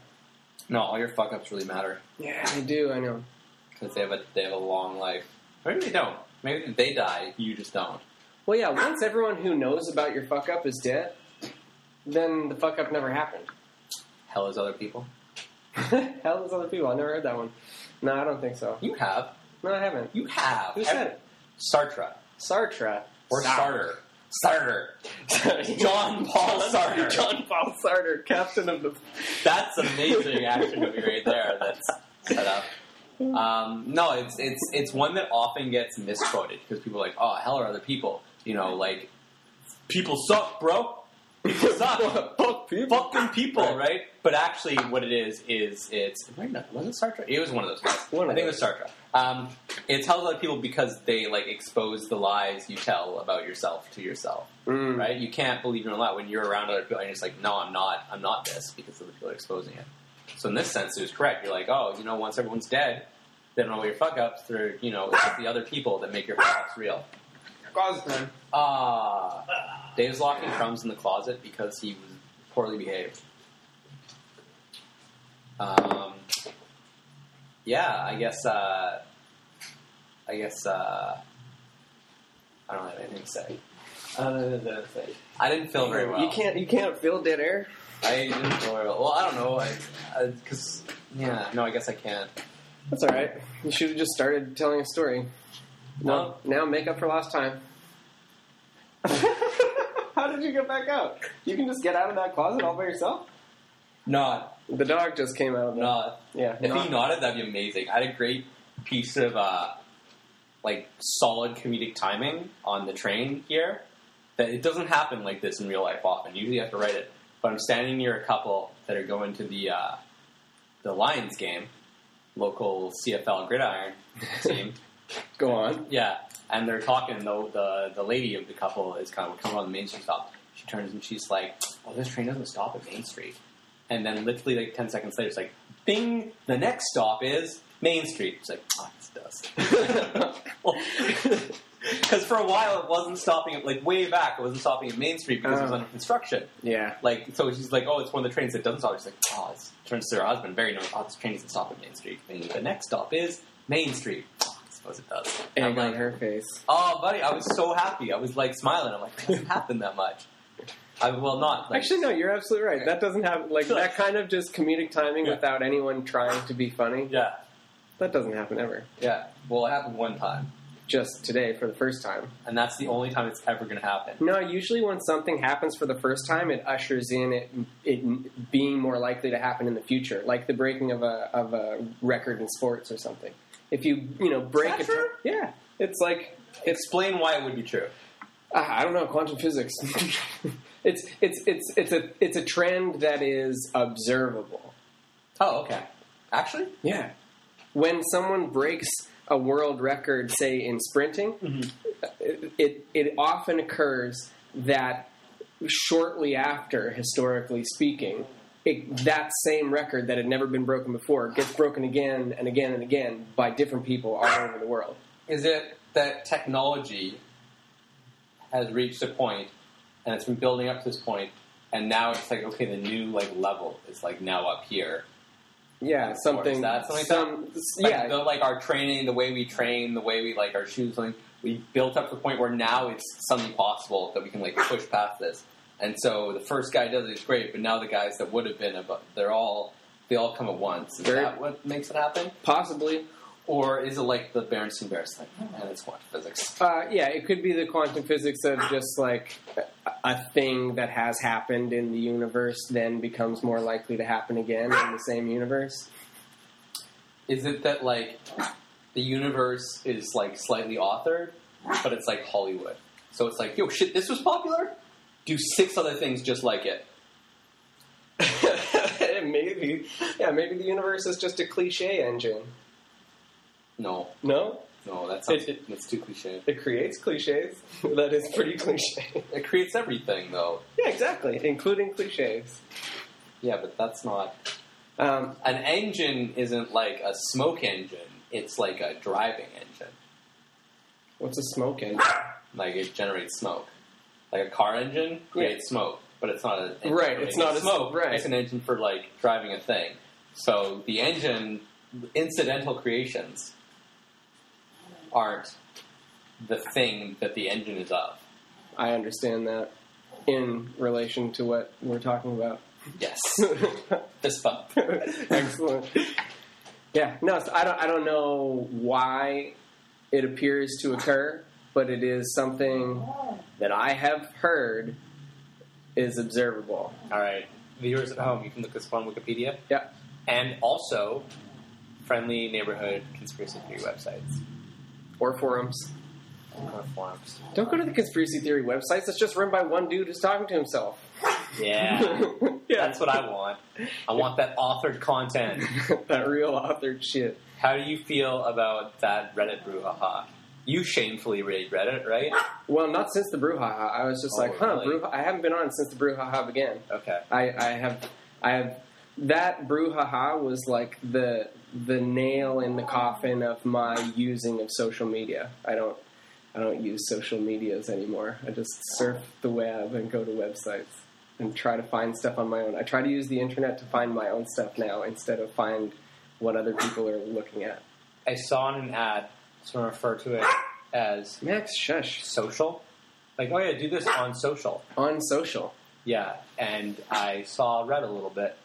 Speaker 1: No, all your fuck ups really matter
Speaker 2: Yeah, I do. I know.
Speaker 1: because they have a they have a long life. Maybe they don't. Maybe they die. You just don't.
Speaker 2: Well, yeah. Once everyone who knows about your fuck up is dead, then the fuck up never happened.
Speaker 1: Hell is other people.
Speaker 2: Hell is other people. I never heard that one. No, I don't think so.
Speaker 1: You have.
Speaker 2: No, I haven't.
Speaker 1: You have.
Speaker 2: Who said it?
Speaker 1: Sartre
Speaker 2: Sartre.
Speaker 1: or Sartre. Sartre. John Paul Sartre.
Speaker 2: John Paul Sartre, captain of the.
Speaker 1: That's an amazing action movie right there. That's set up. Um, no, it's it's it's one that often gets misquoted because people are like, oh, hell are other people. You know, like people suck, bro. People suck.
Speaker 2: Fuck people.
Speaker 1: Fucking people, right? But actually, what it is is it's wait, no, was it Star Trek? It was one of those. Guys.
Speaker 2: One of
Speaker 1: I think it
Speaker 2: those.
Speaker 1: was Star Trek. Um, it tells other people because they like expose the lies you tell about yourself to yourself
Speaker 2: Mm.
Speaker 1: right? You can't believe in a lot when you're around other people and you're just like, no, I'm not, I'm not this because other people are exposing it. So in this sense, it was correct. You're like, oh, you know, once everyone's dead, they don't know what your fuck ups. They're, you know, it's the other people that make your fuck ups real. Ah, Dave's locking crumbs in the closet because he was poorly behaved. Um, yeah, I guess. Uh, I guess. Uh, I don't have anything to say. I don't have anything to say. I didn't feel very well.
Speaker 2: You can't. You can't feel dead air.
Speaker 1: I didn't feel very well. Well, I don't know. Because yeah, no, I guess I can't.
Speaker 2: That's all right. You should have just started telling a story. No,
Speaker 1: Well-
Speaker 2: now make up for lost time. How did you get back out? You can just get out of that closet all by yourself.
Speaker 1: Nod,
Speaker 2: The dog just came out of the.
Speaker 1: nod.
Speaker 2: Yeah.
Speaker 1: If
Speaker 2: knock.
Speaker 1: he nodded, that'd be amazing. I had a great piece of uh, like solid comedic timing on the train here. That it doesn't happen like this in real life often. Usually, you have to write it. But I'm standing near a couple that are going to the uh, the Lions game, local CFL gridiron team.
Speaker 2: Go on.
Speaker 1: Yeah, and they're talking. The, the the lady of the couple is kind of coming on the Main Street stop. She turns and she's like, "Oh, this train doesn't stop at Main Street." And then literally like ten seconds later, it's like, "Bing!" The next stop is Main Street. It's like, "Oh, this does." Because for a while it wasn't stopping at like way back. It wasn't stopping at Main Street because it was
Speaker 2: Oh.
Speaker 1: under construction.
Speaker 2: Yeah.
Speaker 1: Like so, she's like, "Oh, it's one of the trains that doesn't stop." She's like, "Oh," it's, turns to her husband, very nervous. "Oh, this train doesn't stop at Main Street. The next stop is Main Street." Oh, I suppose it does. And I'm
Speaker 2: Egg on
Speaker 1: like,
Speaker 2: her face.
Speaker 1: Oh, buddy, I was so happy. I was like smiling. I'm like, it doesn't happen that much. I well, not like,
Speaker 2: Actually, no. You're absolutely right. That doesn't happen. Like
Speaker 1: Sure.
Speaker 2: that kind of just comedic timing
Speaker 1: Yeah.
Speaker 2: without anyone trying to be funny.
Speaker 1: Yeah,
Speaker 2: That doesn't happen ever.
Speaker 1: yeah. Well, it happened one time,
Speaker 2: Just today for the first time.
Speaker 1: and that's the only time it's ever going to happen.
Speaker 2: No, usually when something happens for the first time, it ushers in it, it being more likely to happen in the future, like the breaking of a of a record in sports or something. If you you know break
Speaker 1: that
Speaker 2: a
Speaker 1: true?
Speaker 2: yeah, it's like it's
Speaker 1: Explain why it would be true.
Speaker 2: ah, I don't know quantum physics. it's it's it's it's a it's a trend that is observable.
Speaker 1: Oh, okay. Actually,
Speaker 2: Yeah, when someone breaks a world record, say in sprinting, it it often occurs that shortly after, historically speaking, it, that same record that had never been broken before gets broken again and again and again by different people all over the world.
Speaker 1: is it that technology has reached a point, and it's been building up to this point, and now it's like okay, the new like level is like now up here.
Speaker 2: Yeah, something.
Speaker 1: Is that something like
Speaker 2: some,
Speaker 1: Like,
Speaker 2: yeah,
Speaker 1: the, like our training, the way we train, the way we like our shoes, like we built up to the point where now it's something possible that we can like push past this. And so the first guy does it is great, but now the guys that would have been, above, they're all they all come at once. Is
Speaker 2: Very-
Speaker 1: that what makes it happen,
Speaker 2: possibly.
Speaker 1: or is it like the Berenstein Bears thing? And it's quantum physics.
Speaker 2: Uh, yeah, it could be the quantum physics of just like a- a thing that has happened in the universe then becomes more likely to happen again in the same universe.
Speaker 1: Is it that like the universe is like slightly authored, but it's like Hollywood? So it's like, yo, shit, this was popular. Do six other things just like it.
Speaker 2: Maybe
Speaker 1: maybe.
Speaker 2: Yeah, maybe the universe is just a cliche engine.
Speaker 3: No,
Speaker 2: No,
Speaker 3: no, that sounds,
Speaker 2: It- it-
Speaker 3: that's too cliche.
Speaker 2: it creates cliches. that is pretty cliche.
Speaker 3: It creates everything, though.
Speaker 2: yeah, exactly, including cliches.
Speaker 3: Yeah, but that's not
Speaker 2: Um,
Speaker 3: an engine. Isn't like a smoke engine. It's like a driving engine.
Speaker 2: what's a smoke engine?
Speaker 3: Like it generates smoke. Like a car engine creates smoke, but it's not an engine
Speaker 2: Right,
Speaker 3: for
Speaker 2: it's
Speaker 3: making
Speaker 2: not a-
Speaker 3: smoke.
Speaker 2: right.
Speaker 3: It's an engine for like driving a thing. So the engine incidental creations aren't the thing that the engine is of.
Speaker 2: I understand that in relation to what we're talking about.
Speaker 3: Yes, fist bump.
Speaker 2: Excellent. Yeah, no, so I don't. I don't know why it appears to occur, but it is something that I have heard is observable.
Speaker 1: All right, viewers at home, you can look this up on Wikipedia.
Speaker 2: Yeah.
Speaker 1: and also friendly neighborhood conspiracy theory websites
Speaker 2: Or forums.
Speaker 1: or forums.
Speaker 2: Don't go to the conspiracy theory websites. That's just run by one dude who's talking to himself.
Speaker 1: Yeah, that's what I want. I want that authored content.
Speaker 2: that real authored shit.
Speaker 1: How do you feel about that Reddit brouhaha? You shamefully read Reddit, right?
Speaker 2: Well, not since the brouhaha. I was just
Speaker 1: Oh,
Speaker 2: like, huh,
Speaker 1: really?
Speaker 2: brouhaha. I haven't been on since the brouhaha began.
Speaker 1: Okay.
Speaker 2: I, I have, I have. That brouhaha was like the the nail in the coffin of my using of social media. I don't, I don't use social medias anymore. I just surf the web and go to websites and try to find stuff on my own. I try to use the internet to find my own stuff now instead of find what other people are looking at.
Speaker 1: I saw in an ad someone refer to it as
Speaker 2: Max, shush
Speaker 1: social. Like, oh yeah, do this on social.
Speaker 2: on social.
Speaker 1: Yeah, and I saw Reddit a little bit,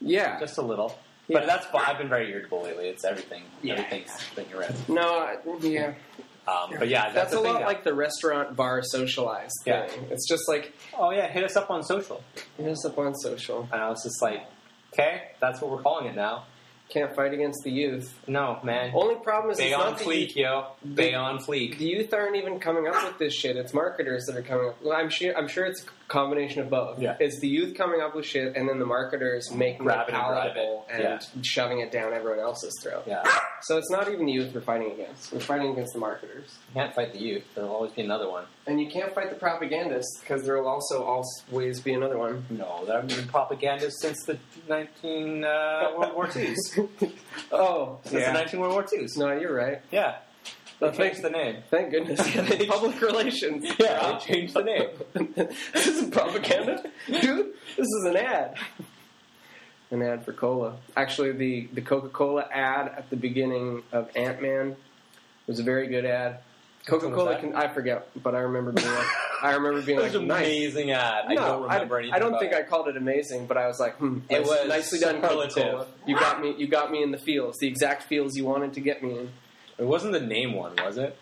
Speaker 2: Yeah,
Speaker 1: just a little.
Speaker 2: Yeah.
Speaker 1: But that's fine. I've been very irritable lately. It's everything.
Speaker 2: Yeah.
Speaker 1: Everything's been read.
Speaker 2: no, I- yeah.
Speaker 1: Um, but yeah, that's,
Speaker 2: That's
Speaker 1: the
Speaker 2: a
Speaker 1: thing
Speaker 2: lot
Speaker 1: now.
Speaker 2: like the restaurant bar socialize
Speaker 1: Yeah.
Speaker 2: thing. It's just like
Speaker 1: oh yeah, hit us up on social.
Speaker 2: hit us up on social.
Speaker 1: And I was just like, okay, that's what we're calling it now.
Speaker 2: Can't fight against the youth.
Speaker 1: No, man.
Speaker 2: Only problem is it's
Speaker 1: Bay on
Speaker 2: not the
Speaker 1: fleek,
Speaker 2: youth.
Speaker 1: yo.
Speaker 2: They-
Speaker 1: Bay on fleek.
Speaker 2: The youth aren't even coming up with this shit. It's marketers that are coming up. Well, I'm sure. I'm sure it's a combination of both.
Speaker 1: Yeah.
Speaker 2: It's the youth coming up with shit, and then the marketers making
Speaker 1: Grab
Speaker 2: it
Speaker 1: it and drive
Speaker 2: palatable
Speaker 1: it.
Speaker 2: and shoving it down everyone else's throat.
Speaker 1: Yeah,
Speaker 2: So it's not even the youth we're fighting against. We're fighting against the marketers.
Speaker 3: You can't fight the youth. There'll always be another one.
Speaker 2: And you can't fight the propagandists because there will also always be another one.
Speaker 1: no, there have been propaganda since the 19 uh, World War IIs.
Speaker 2: oh,
Speaker 1: Since the 19 World War IIs.
Speaker 2: No, you're right.
Speaker 1: Yeah, they
Speaker 2: But thanks
Speaker 1: changed the name.
Speaker 2: Thank goodness. Public relations.
Speaker 1: Yeah, they changed the name.
Speaker 2: this isn't propaganda. Dude, this is an ad. An ad for cola. Actually, the, the Coca Cola ad at the beginning of Ant Man was a very good ad.
Speaker 1: Which
Speaker 2: Coca
Speaker 1: one was
Speaker 2: Cola
Speaker 1: that?
Speaker 2: can. I forget, but I remember being like. I remember being
Speaker 1: It was
Speaker 2: like,
Speaker 1: an
Speaker 2: nice.
Speaker 1: amazing ad. I
Speaker 2: No,
Speaker 1: don't remember
Speaker 2: I,
Speaker 1: anything.
Speaker 2: I don't
Speaker 1: about
Speaker 2: think I
Speaker 1: it.
Speaker 2: called it amazing, but I was like, hmm,
Speaker 1: It
Speaker 2: nice-
Speaker 1: was
Speaker 2: nicely done, Coca
Speaker 1: superlative.
Speaker 2: Cola. You got me. You got me in the feels, the exact feels you wanted to get me in.
Speaker 1: It wasn't the name one, was it?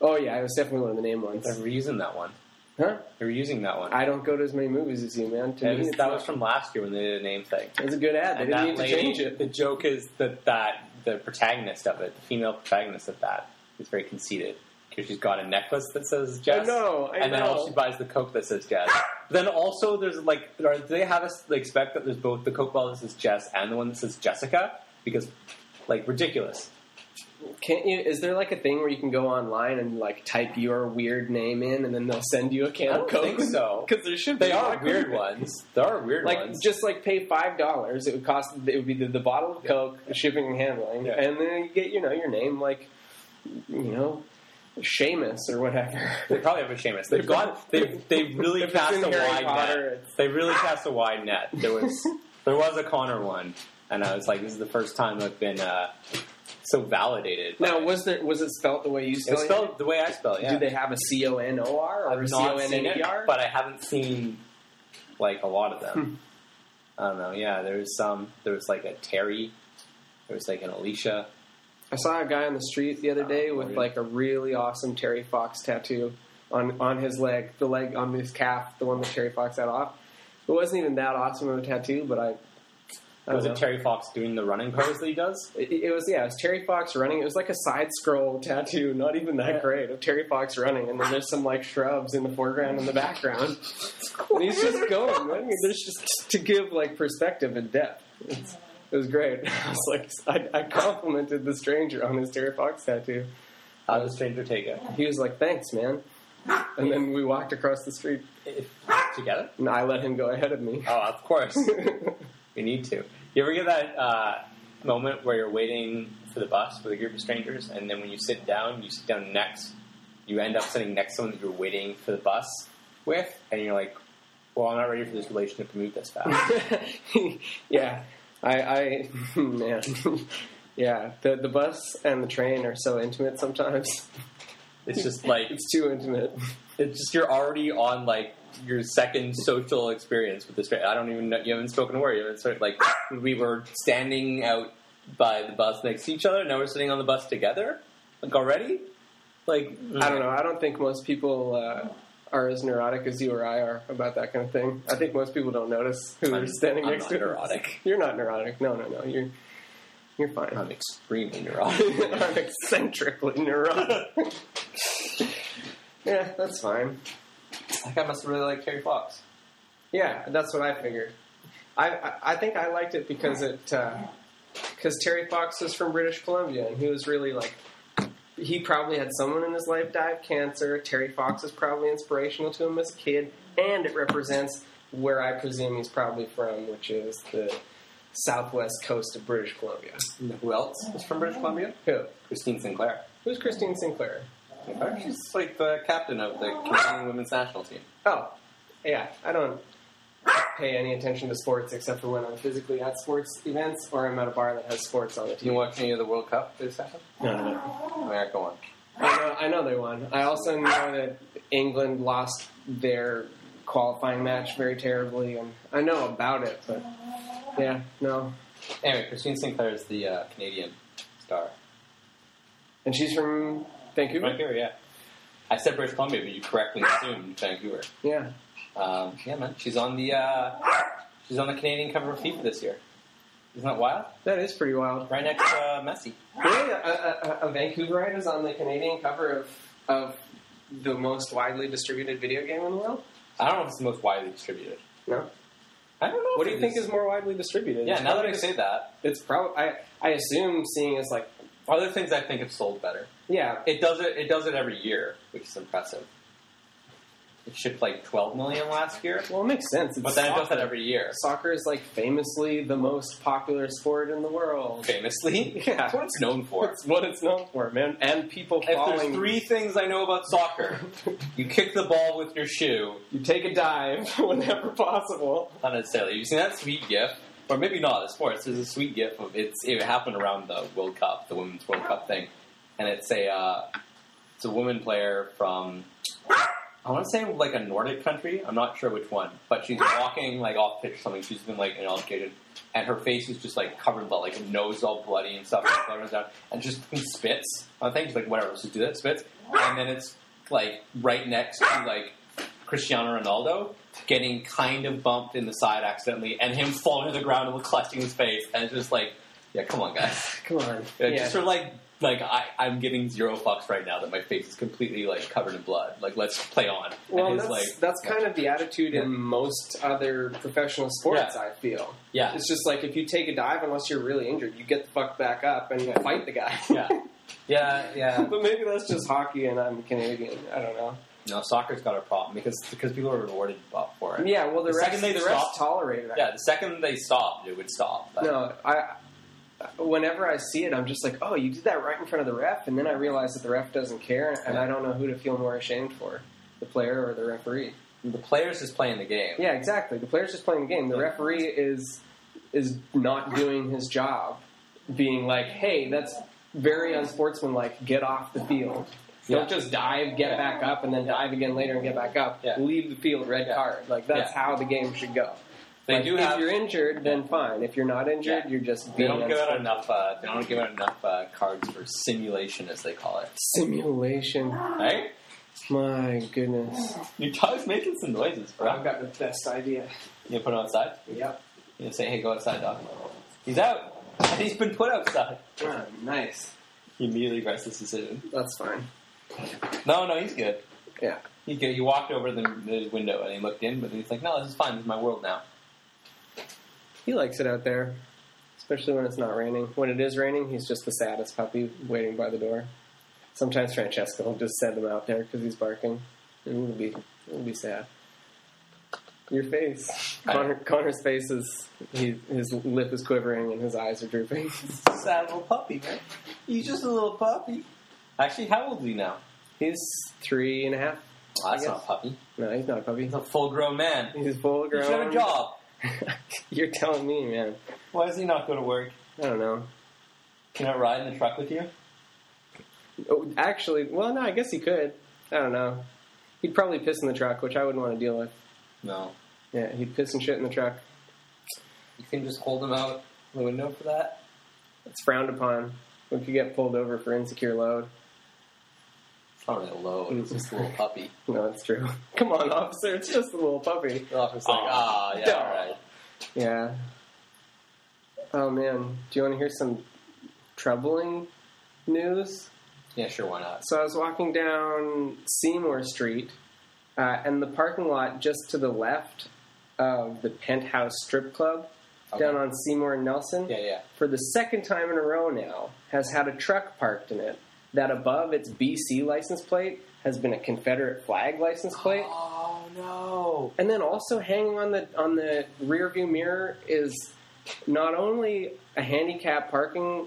Speaker 2: Oh yeah, I was definitely one of the name ones.
Speaker 1: They were using that one.
Speaker 2: Huh?
Speaker 1: They were using that one.
Speaker 2: I don't go to as many movies as you, man. To
Speaker 1: It
Speaker 2: me,
Speaker 1: was-
Speaker 2: it's
Speaker 1: that
Speaker 2: not-
Speaker 1: was from last year when they did a name thing.
Speaker 2: It's a good ad. They
Speaker 1: And
Speaker 2: didn't
Speaker 1: that
Speaker 2: need to
Speaker 1: lady,
Speaker 2: change it.
Speaker 1: the joke is that that the protagonist of it, the female protagonist of that, is very conceited because she's got a necklace that says Jess.
Speaker 2: know, I
Speaker 1: and then
Speaker 2: know.
Speaker 1: all she buys is the Coke that says Jess. then also, there's like, are, do they have us like, expect that there's both the Coke bottle that says Jess and the one that says Jessica? Because, like, ridiculous.
Speaker 2: Can't you? Is there like a thing where you can go online and like type your weird name in, and then they'll send you a can
Speaker 1: I
Speaker 2: of
Speaker 1: don't
Speaker 2: Coke?
Speaker 1: think so.
Speaker 2: Because there should be.
Speaker 1: They
Speaker 2: a lot
Speaker 1: are
Speaker 2: of
Speaker 1: weird
Speaker 2: Coke.
Speaker 1: ones. There are weird
Speaker 2: Like
Speaker 1: ones.
Speaker 2: just like pay five dollars, it would cost. It would be the, the bottle of Coke, the shipping and handling,
Speaker 1: Yeah.
Speaker 2: and then you get you know your name like you know Seamus or whatever.
Speaker 1: They probably have a Seamus. They've got they've they really
Speaker 2: If it's
Speaker 1: cast
Speaker 2: in
Speaker 1: a
Speaker 2: Harry
Speaker 1: wide
Speaker 2: Potter,
Speaker 1: net.
Speaker 2: it's-
Speaker 1: They really cast a wide net. There was there was a Connor one, and I was like, this is the first time I've been uh, so validated. by
Speaker 2: now
Speaker 1: it.
Speaker 2: was there was it spelt the way you
Speaker 1: it's
Speaker 2: spell
Speaker 1: spelled the way I spell. it, Yeah,
Speaker 2: Do they have a C O N O R or a
Speaker 1: I've
Speaker 2: C
Speaker 1: not
Speaker 2: O
Speaker 1: seen
Speaker 2: N
Speaker 1: it,
Speaker 2: N E R? Hmm.
Speaker 1: but I haven't seen like a lot of them. I don't know. Yeah, there was some. There was like a Terry. There was like an Alicia.
Speaker 2: I saw a guy on the street the other day
Speaker 1: Oh,
Speaker 2: with
Speaker 1: really?
Speaker 2: like a really awesome Terry Fox tattoo on on his leg, the leg on his calf, the one that Terry Fox had off. It wasn't even that awesome of a tattoo, but I
Speaker 1: Was
Speaker 2: Oh, no.
Speaker 1: it Terry Fox doing the running pose that he does?
Speaker 2: It, it was yeah, it was Terry Fox running. It was like a side scroll tattoo, not even that great, of Terry Fox running, and then there's some like shrubs in the foreground and the background, and he's just going. man. I mean, there's just to give like perspective and depth. It's, it was great. I was like, I, I complimented the stranger on his Terry Fox tattoo.
Speaker 1: How does Stranger take it?
Speaker 2: He was like, "Thanks, man," and then we walked across the street,
Speaker 1: Together?
Speaker 2: and I let him go ahead of me.
Speaker 1: Oh, of course. you need to. You ever get that uh, moment where you're waiting for the bus with a group of strangers, and then when you sit down, you sit down next, you end up sitting next to someone that you're waiting for the bus with, and you're like, well, I'm not ready for this relationship to move this fast.
Speaker 2: yeah, I, I man, yeah. The the bus and the train are so intimate sometimes.
Speaker 1: it's just like,
Speaker 2: It's too intimate.
Speaker 1: it's just you're already on like your second social experience with this. stra- I don't even know, you haven't spoken a word. You haven't started, like, we were standing out by the bus next to each other, now we're sitting on the bus together? Like, already? Like,
Speaker 2: I don't know. I don't think most people uh, are as neurotic as you or I are about that kind of thing. I think most people don't notice who are
Speaker 1: I'm-
Speaker 2: standing
Speaker 1: I'm
Speaker 2: next
Speaker 1: not
Speaker 2: to. them.
Speaker 1: neurotic.
Speaker 2: You're not neurotic. No, no, no. You're you're fine.
Speaker 1: I'm extremely neurotic.
Speaker 2: I'm eccentrically neurotic. yeah, that's fine.
Speaker 1: that guy must really like Terry Fox.
Speaker 2: Yeah, that's what I figured. I I, I think I liked it because it because Terry Fox was from British Columbia and he was really like he probably had someone in his life die of cancer. Terry Fox is probably inspirational to him as a kid, and it represents where I presume he's probably from, which is the southwest coast of British Columbia.
Speaker 1: Who else is from British Columbia?
Speaker 2: Who?
Speaker 1: Christine Sinclair.
Speaker 2: Who's Christine Sinclair?
Speaker 1: Sinclair? She's like the captain of the Canadian women's national team.
Speaker 2: Oh, yeah. I don't pay any attention to sports except for when I'm physically at sports events or I'm at a bar that has sports on it.
Speaker 1: Do you watch any of the World Cup this happened?
Speaker 2: No, no, no.
Speaker 1: America won.
Speaker 2: I know, I know they won. I also know that England lost their qualifying match very terribly, and I know about it, but yeah, no.
Speaker 1: Anyway, Christine Sinclair is the uh, Canadian star.
Speaker 2: And she's from Vancouver.
Speaker 1: Vancouver, yeah. I said British Columbia, but you correctly assumed Vancouver.
Speaker 2: Yeah,
Speaker 1: Um, yeah, man. She's on the uh, she's on the Canadian cover of FIFA this year. Isn't that wild?
Speaker 2: that is pretty wild.
Speaker 1: Right next to uh, Messi.
Speaker 2: Really, a, a, a- a Vancouverite is on the Canadian cover of of the most widely distributed video game in the world.
Speaker 1: I don't know if it's the most widely distributed.
Speaker 2: No.
Speaker 1: I don't know. if
Speaker 2: What do you
Speaker 1: it
Speaker 2: think is more widely distributed?
Speaker 1: Yeah, now that I say that,
Speaker 2: it's probably I, I assume seeing as like
Speaker 1: other things I think have sold better.
Speaker 2: yeah
Speaker 1: It does it. It does it every year, which is impressive. It shipped like 12 million last year,
Speaker 2: well it makes sense. It's
Speaker 1: but then it does
Speaker 2: soccer.
Speaker 1: that every year.
Speaker 2: soccer is like famously the most popular sport in the world.
Speaker 1: Famously,
Speaker 2: Yeah.
Speaker 1: that's what it's known for.
Speaker 2: That's what it's known for, man. And people
Speaker 1: If
Speaker 2: falling.
Speaker 1: there's three things I know about soccer, you kick the ball with your shoe.
Speaker 2: you take a dive whenever possible.
Speaker 1: Not necessarily. You've seen that sweet gif, or maybe not. It's sports. There's a sweet gif of it's. It happened around the World Cup, the Women's World Cup thing, and it's a uh, it's a woman player from I want to say like a Nordic country. I'm not sure which one, but she's walking like off pitch or something. She's been like intoxicated, and her face is just like covered in blood, like her nose all bloody and stuff. And, blood runs down, and just fucking spits on things. She's like whatever, let's just do that. Spits, and then it's like right next to like Cristiano Ronaldo getting kind of bumped in the side accidentally, and him falling to the ground and clutching his face, and it's just like, yeah, come on, guys,
Speaker 2: Come on.
Speaker 1: yeah,
Speaker 2: Yeah.
Speaker 1: just sort of like. Like I, I'm giving zero fucks right now that my face is completely like covered in blood. Like let's play on.
Speaker 2: well,
Speaker 1: and it's
Speaker 2: that's,
Speaker 1: like,
Speaker 2: that's kind of the attitude in most other professional sports, I feel.
Speaker 1: Yeah,
Speaker 2: It's just like if you take a dive, unless you're really injured, you get the fuck back up and fight the guy.
Speaker 1: yeah, yeah, yeah.
Speaker 2: but maybe that's just hockey and I'm Canadian. I don't know.
Speaker 1: No, soccer's got a problem because because people are rewarded for it.
Speaker 2: Yeah, well, the,
Speaker 1: The
Speaker 2: rest,
Speaker 1: second they
Speaker 2: the rest
Speaker 1: stop-
Speaker 2: tolerate it.
Speaker 1: Yeah, the second they stopped, it would stop. But
Speaker 2: No, I. Whenever I see it, I'm just like, "Oh, you did that right in front of the ref," and then I realize that the ref doesn't care, and I don't know who to feel more ashamed for, the player or the referee.
Speaker 1: the players just playing the game.
Speaker 2: Yeah, exactly. The player's just playing the game. The referee is is not doing his job, being like, "Hey, that's very unsportsmanlike. Get off the field.
Speaker 1: Yeah.
Speaker 2: Don't just dive, get back up, and then dive again later and get back up.
Speaker 1: Yeah.
Speaker 2: Leave the field, red
Speaker 1: Yeah.
Speaker 2: card. Like that's
Speaker 1: Yeah.
Speaker 2: how the game should go."
Speaker 1: They
Speaker 2: Like,
Speaker 1: do
Speaker 2: if
Speaker 1: have.
Speaker 2: you're injured, then fine. If you're not injured,
Speaker 1: Yeah.
Speaker 2: you're just
Speaker 1: they
Speaker 2: being
Speaker 1: don't give out
Speaker 2: unsportsmanlike.
Speaker 1: enough. Uh, they don't give out enough uh, cards for simulation, as they call it.
Speaker 2: Simulation.
Speaker 1: Right?
Speaker 2: My goodness.
Speaker 1: Your dog's making some noises, bro.
Speaker 2: got the best idea.
Speaker 1: You put it outside.
Speaker 2: Yep.
Speaker 1: You say, "Hey, go outside, dog." He's out. And he's been put outside.
Speaker 2: Oh, nice.
Speaker 1: He immediately regrets this decision.
Speaker 2: That's fine.
Speaker 1: No, no, he's good.
Speaker 2: Yeah.
Speaker 1: He go, he walked over the, the window and he looked in, but then he's like, "No, this is fine. This is my world now."
Speaker 2: He likes it out there, especially when it's not raining. When it is raining, he's just the saddest puppy waiting by the door. Sometimes Francesco will just send him out there because he's barking, and it'll be it'll be sad. Your face,
Speaker 1: I-
Speaker 2: Connor, Connor's face is he, his lip is quivering and his eyes are drooping.
Speaker 1: Sad little puppy, man. He's just a little puppy. Actually, how old is he now?
Speaker 2: He's three and a half.
Speaker 1: Oh, that's
Speaker 2: I
Speaker 1: not a
Speaker 2: guess.
Speaker 1: puppy.
Speaker 2: No, he's not a puppy.
Speaker 1: He's a full-grown man.
Speaker 2: He's full
Speaker 1: He
Speaker 2: grown.
Speaker 1: should have a job.
Speaker 2: You're telling me, man.
Speaker 1: Why does he not go to work?
Speaker 2: I don't know.
Speaker 1: Can I ride in the truck with you?
Speaker 2: Oh, actually, well, no, I guess he could. I don't know. He'd probably piss in the truck, which I wouldn't want to deal with.
Speaker 1: No.
Speaker 2: Yeah, he'd piss and shit in the truck.
Speaker 1: You can just hold him out the window for that.
Speaker 2: It's frowned upon. We could get pulled over for insecure load.
Speaker 1: It's not really a load. It's just a little puppy.
Speaker 2: No, that's true. Come on, officer. It's just a little puppy.
Speaker 1: The officer's like,
Speaker 4: Aw.
Speaker 1: ah, yeah,
Speaker 2: Duh.
Speaker 1: all right.
Speaker 2: Yeah. Oh man, do you want to hear some troubling news?
Speaker 1: Yeah, sure, why not?
Speaker 2: So I was walking down Seymour Street, uh, and the parking lot just to the left of the Penthouse Strip Club
Speaker 1: Okay.
Speaker 2: down on Seymour and Nelson,
Speaker 1: Yeah, yeah.
Speaker 2: for the second time in a row now, has had a truck parked in it that above its BC license plate has been a Confederate flag license plate.
Speaker 1: Oh no!
Speaker 2: And then also hanging on the on the rear view mirror is not only a handicap parking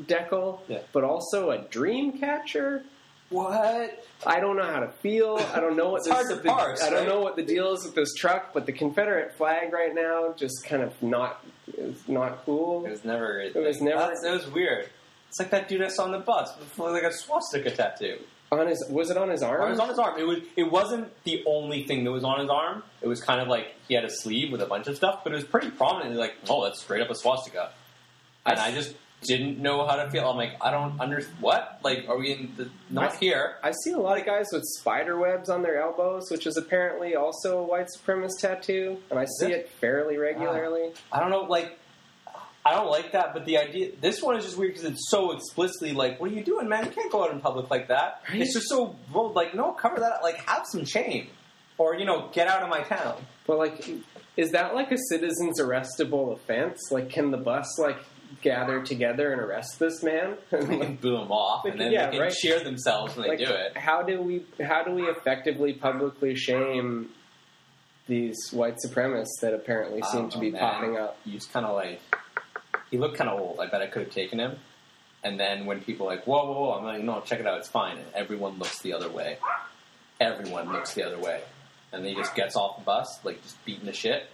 Speaker 2: decal,
Speaker 1: Yeah.
Speaker 2: but also a dream catcher.
Speaker 1: What?
Speaker 2: I don't know how to feel. I don't know what
Speaker 1: It's
Speaker 2: this,
Speaker 1: hard to
Speaker 2: the-
Speaker 1: parse,
Speaker 2: I don't
Speaker 1: right?
Speaker 2: know what the deal is with this truck, but the Confederate flag right now just kind of not is not cool.
Speaker 1: It was never. It
Speaker 2: was never-
Speaker 1: That's, that was weird. It's like that dude I saw on the bus with like a swastika tattoo.
Speaker 2: On his was it on his arm?
Speaker 1: It was on his arm. It was. It wasn't the only thing that was on his arm. It was kind of like he had a sleeve with a bunch of stuff, but it was pretty prominently like, oh, that's straight up a swastika. And I just didn't know how to feel. I'm like, I don't understand. What? Like, are we in the not
Speaker 2: I-
Speaker 1: here?
Speaker 2: I see a lot of guys with spider webs on their elbows, which is apparently also a white supremacist tattoo, and I see
Speaker 1: This-
Speaker 2: it
Speaker 1: Ah.
Speaker 2: fairly regularly.
Speaker 1: I don't know. Like, I don't like that. But the idea, this one is just weird because it's so explicitly like, what are you doing, man? You can't go out in public like that.
Speaker 2: Right?
Speaker 1: It's just so bold. Like, no, cover that. up. Like, have some shame, or you know, get out of my town.
Speaker 2: But like, is that like a citizen's arrestable offense? Like, can the bus like gather together and arrest this man?
Speaker 1: We can boo them off, and then
Speaker 2: Yeah,
Speaker 1: they can
Speaker 2: right.
Speaker 1: cheer themselves when they
Speaker 2: like,
Speaker 1: do it.
Speaker 2: how do we how do we effectively publicly shame these white supremacists that apparently
Speaker 1: I
Speaker 2: seem
Speaker 1: don't
Speaker 2: to
Speaker 1: know,
Speaker 2: be
Speaker 1: Oh, man.
Speaker 2: popping up?
Speaker 1: He was kind of like, he looked kind of old. I bet I could have taken him. And then when people are like, whoa, whoa, whoa, I'm like, no, check it out, it's fine. And everyone looks the other way. Everyone looks the other way. And then he just gets off the bus, like just beating the shit.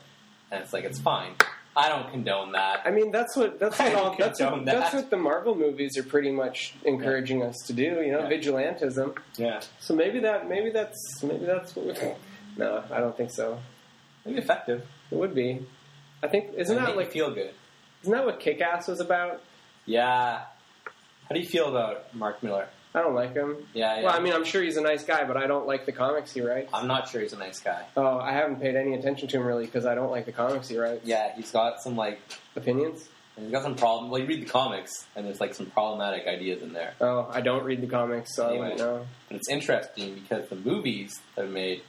Speaker 1: And it's like, it's fine. I don't condone that.
Speaker 2: I mean, that's what that's
Speaker 1: I
Speaker 2: what
Speaker 1: don't
Speaker 2: all, that's what,
Speaker 1: condone that.
Speaker 2: that's what the Marvel movies are pretty much encouraging us to do. You know,
Speaker 1: Yeah.
Speaker 2: vigilantism.
Speaker 1: Yeah.
Speaker 2: So maybe that maybe that's maybe that's what. We, no, I don't think so.
Speaker 1: It'd be effective.
Speaker 2: It would be. I think isn't
Speaker 1: It'd
Speaker 2: that
Speaker 1: make
Speaker 2: like
Speaker 1: you feel good?
Speaker 2: isn't that what Kick Ass was about?
Speaker 1: Yeah. How do you feel about Mark Miller?
Speaker 2: I don't like him.
Speaker 1: Yeah, yeah.
Speaker 2: Well, I mean, I'm sure he's a nice guy, but I don't like the comics he writes.
Speaker 1: I'm not sure he's a nice guy.
Speaker 2: Oh, I haven't paid any attention to him really because I don't like the comics he writes.
Speaker 1: Yeah, he's got some like
Speaker 2: Opinions?
Speaker 1: he's got some problem. Well, you read the comics, and there's like some problematic ideas in there.
Speaker 2: Oh, I don't read the comics, so I wouldn't
Speaker 1: Anyway.
Speaker 2: know.
Speaker 1: And it's interesting because the movies that are made,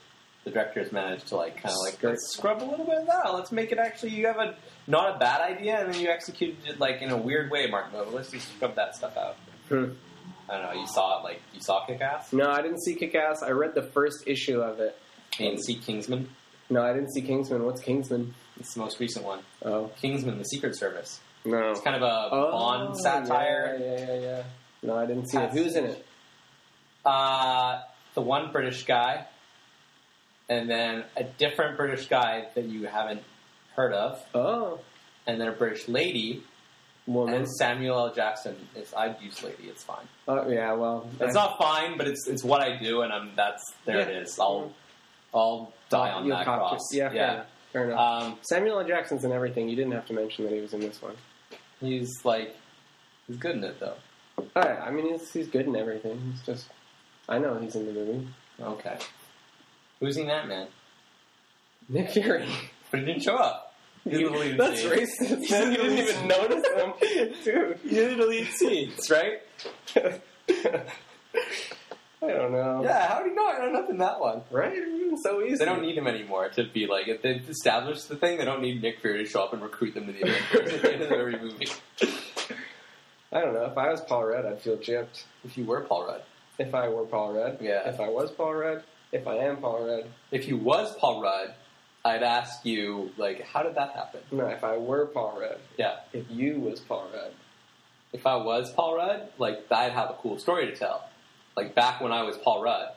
Speaker 1: the directors managed to like kind of like
Speaker 2: Skirt.
Speaker 1: let's scrub a little bit of that. Let's make it actually you have a not a bad idea, and then you executed it like in a weird way, Mark. But let's just scrub that stuff out.
Speaker 2: Hmm.
Speaker 1: I don't know. You saw it like you saw Kick Ass
Speaker 2: No, I didn't see Kick Ass. I read the first issue of it.
Speaker 1: and see Kingsman.
Speaker 2: No, I didn't see Kingsman. What's Kingsman?
Speaker 1: It's the most recent one.
Speaker 2: Oh,
Speaker 1: Kingsman: The Secret Service.
Speaker 2: no.
Speaker 1: It's kind of a
Speaker 2: oh,
Speaker 1: Bond satire.
Speaker 2: Yeah, yeah, yeah, yeah. No, I didn't see it.
Speaker 1: Has-
Speaker 2: Who's in it?
Speaker 1: Uh, the one British guy, and then a different British guy that you haven't heard of,
Speaker 2: Oh,
Speaker 1: and then a British lady,
Speaker 2: woman.
Speaker 1: and Samuel L. Jackson. It's, I'd use lady. It's fine.
Speaker 2: Oh, yeah, well.
Speaker 1: It's not fine, but it's it's what I do, and I'm that's there
Speaker 2: Yeah.
Speaker 1: it is. I'll I'll die on
Speaker 2: You'll
Speaker 1: that
Speaker 2: cop
Speaker 1: cross.
Speaker 2: just- Yeah, fair enough. Fair enough.
Speaker 1: Um,
Speaker 2: Samuel L. Jackson's in everything. You didn't have to mention that he was in this one.
Speaker 1: he's like he's good in it though.
Speaker 2: Oh, yeah, I mean, he's, he's good in everything. He's just, I know he's in the movie.
Speaker 1: Okay, who's in that man?
Speaker 2: Nick Fury.
Speaker 1: But he didn't show up. deleted
Speaker 2: That's
Speaker 1: C.
Speaker 2: racist. Man. You didn't even notice them, dude.
Speaker 5: You did delete C, right?
Speaker 2: I don't know.
Speaker 1: Yeah, how do you not end up in that one?
Speaker 2: Right? It would have been so easy.
Speaker 1: They don't need him anymore to be like if they've established the thing. They don't need Nick Fury to show up and recruit them to the Avengers at the end of every movie.
Speaker 2: I don't know. If I was Paul Rudd, I'd feel gypped.
Speaker 1: If you were Paul Rudd,
Speaker 2: If I were Paul Rudd.
Speaker 1: Yeah.
Speaker 2: If I was Paul Rudd. If I am Paul Rudd.
Speaker 1: if you was Paul Rudd, I'd ask you like, how did that happen?
Speaker 2: No, if I were Paul Rudd.
Speaker 1: Yeah,
Speaker 2: If you was Paul Rudd.
Speaker 1: if I was Paul Rudd, like I'd have a cool story to tell. Like back when I was Paul Rudd,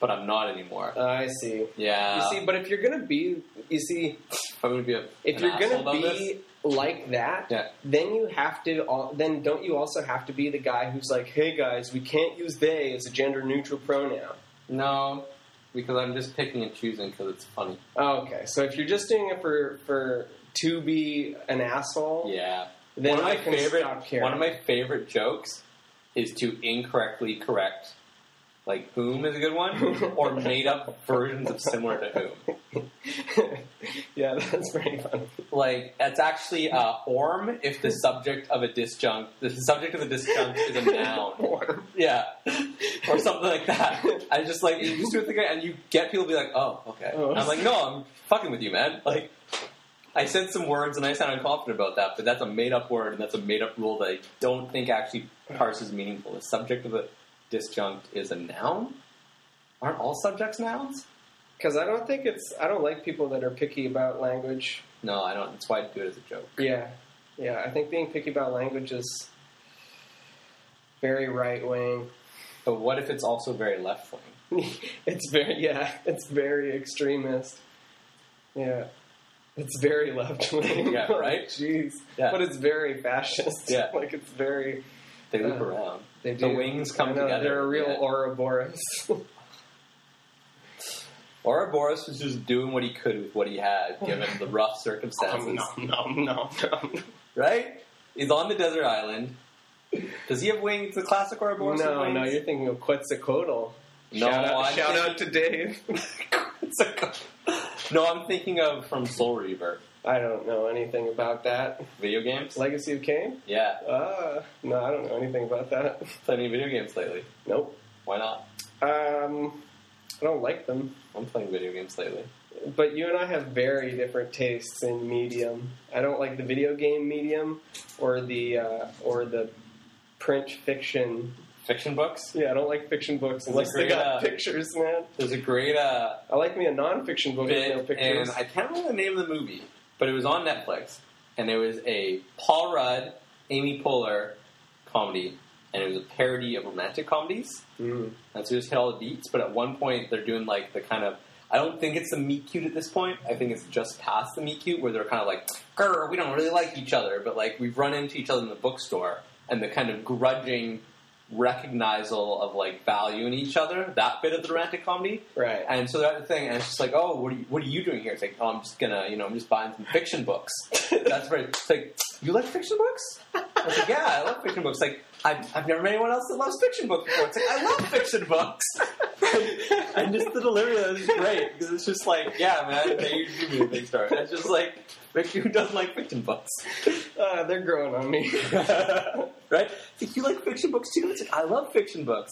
Speaker 1: but I'm not anymore.
Speaker 2: I see.
Speaker 1: Yeah,
Speaker 2: You see, but if you're gonna be, you see,
Speaker 1: if I'm gonna be a,
Speaker 2: if
Speaker 1: an
Speaker 2: you're
Speaker 1: asshole
Speaker 2: gonna
Speaker 1: about
Speaker 2: be
Speaker 1: this,
Speaker 2: like that,
Speaker 1: Yeah.
Speaker 2: then you have to. al- Then don't you also have to be the guy who's like, "Hey guys, we can't use they as a gender neutral pronoun."
Speaker 1: no, because I'm just picking and choosing because it's funny.
Speaker 2: Oh, Okay, so if you're just doing it for for to be an asshole,
Speaker 1: Yeah,
Speaker 2: then
Speaker 1: one of
Speaker 2: I
Speaker 1: my
Speaker 2: can
Speaker 1: favorite
Speaker 2: stop caring.
Speaker 1: one of my favorite jokes is to incorrectly correct. Like whom is a good one, or made up versions of similar to whom.
Speaker 2: yeah, that's pretty funny.
Speaker 1: like that's actually uh, orm if the subject of a disjunct the subject of the disjunct is a noun yeah or something like that i just like you just do it the guy and you get people to be like oh okay
Speaker 2: Oh.
Speaker 1: i'm like no i'm fucking with you man like i said some words and i sound unconfident about that but that's a made-up word and that's a made-up rule that i don't think actually parses meaningful the subject of a disjunct is a noun aren't all subjects nouns
Speaker 2: Because I don't think it's. I don't like people that are picky about language.
Speaker 1: no i don't that's why i do it as a joke
Speaker 2: Yeah, yeah. I think being picky about language is very right wing.
Speaker 1: but what if it's also very left wing
Speaker 2: it's very yeah. It's very extremist. Yeah, it's very left wing.
Speaker 1: Yeah, right?
Speaker 2: Jeez.
Speaker 1: Yeah.
Speaker 2: But it's very fascist.
Speaker 1: Yeah.
Speaker 2: like it's very.
Speaker 1: They loop
Speaker 2: Uh,
Speaker 1: around.
Speaker 2: They
Speaker 1: The
Speaker 2: do,
Speaker 1: wings come
Speaker 2: I know,
Speaker 1: together.
Speaker 2: They're a real
Speaker 1: Yeah.
Speaker 2: Ouroboros.
Speaker 1: Ouroboros was just doing what he could with what he had, given the rough circumstances.
Speaker 2: no, no, no.
Speaker 1: Right? He's on the desert island. Does he have wings? The classic Ouroboros with
Speaker 2: No,
Speaker 1: wings?
Speaker 2: no, you're thinking of Quetzalcoatl.
Speaker 1: No,
Speaker 2: shout out,
Speaker 1: I'm
Speaker 2: shout
Speaker 1: thinking-
Speaker 2: out to Dave.
Speaker 1: It's a- no, I'm thinking of from Soul Reaver
Speaker 2: I don't know anything about that.
Speaker 1: video games.
Speaker 2: Legacy of Kain?
Speaker 1: Yeah,
Speaker 2: Uh, no, I don't know anything about that.
Speaker 1: playing video games lately.
Speaker 2: Nope.
Speaker 1: Why not?
Speaker 2: Um, I don't like them.
Speaker 1: I'm playing video games lately.
Speaker 2: But you and I have very different tastes in medium. I don't like the video game medium or the uh, or the print fiction.
Speaker 1: Fiction books.
Speaker 2: Yeah, I don't like fiction books unless
Speaker 1: great,
Speaker 2: they got
Speaker 1: uh,
Speaker 2: pictures, man.
Speaker 1: There's a great uh,
Speaker 2: I like me a nonfiction book with no
Speaker 1: bit,
Speaker 2: pictures.
Speaker 1: and I can't remember the name of the movie, but it was on Netflix, and it was a Paul Rudd, Amy Poehler comedy, and it was a parody of romantic comedies.
Speaker 2: Mm.
Speaker 1: And so you just hit all the beats, but at one point they're doing like the kind of I don't think it's the meet cute at this point. I think it's just past the meet cute where they're kind of like, "Grr, we don't really like each other, but like we've run into each other in the bookstore," and the kind of grudging recognizal of like value in each other. That bit of the romantic comedy.
Speaker 2: Right.
Speaker 1: And so that's the thing, and it's just like, oh, what are you, what are you doing here? It's like, oh, I'm just gonna, you know, I'm just buying some fiction books. that's where it's like, you like fiction books? I was like, yeah, I love fiction books. Like, I've, I've never met anyone else that loves fiction books before. It's like, I love fiction books. and just the delivery of that is great because it's just like, yeah, man, they usually do a big story. It's just like, like, who doesn't like fiction books?
Speaker 2: Uh, they're growing on me.
Speaker 1: right? It's like, you like fiction books too? It's like, I love fiction books.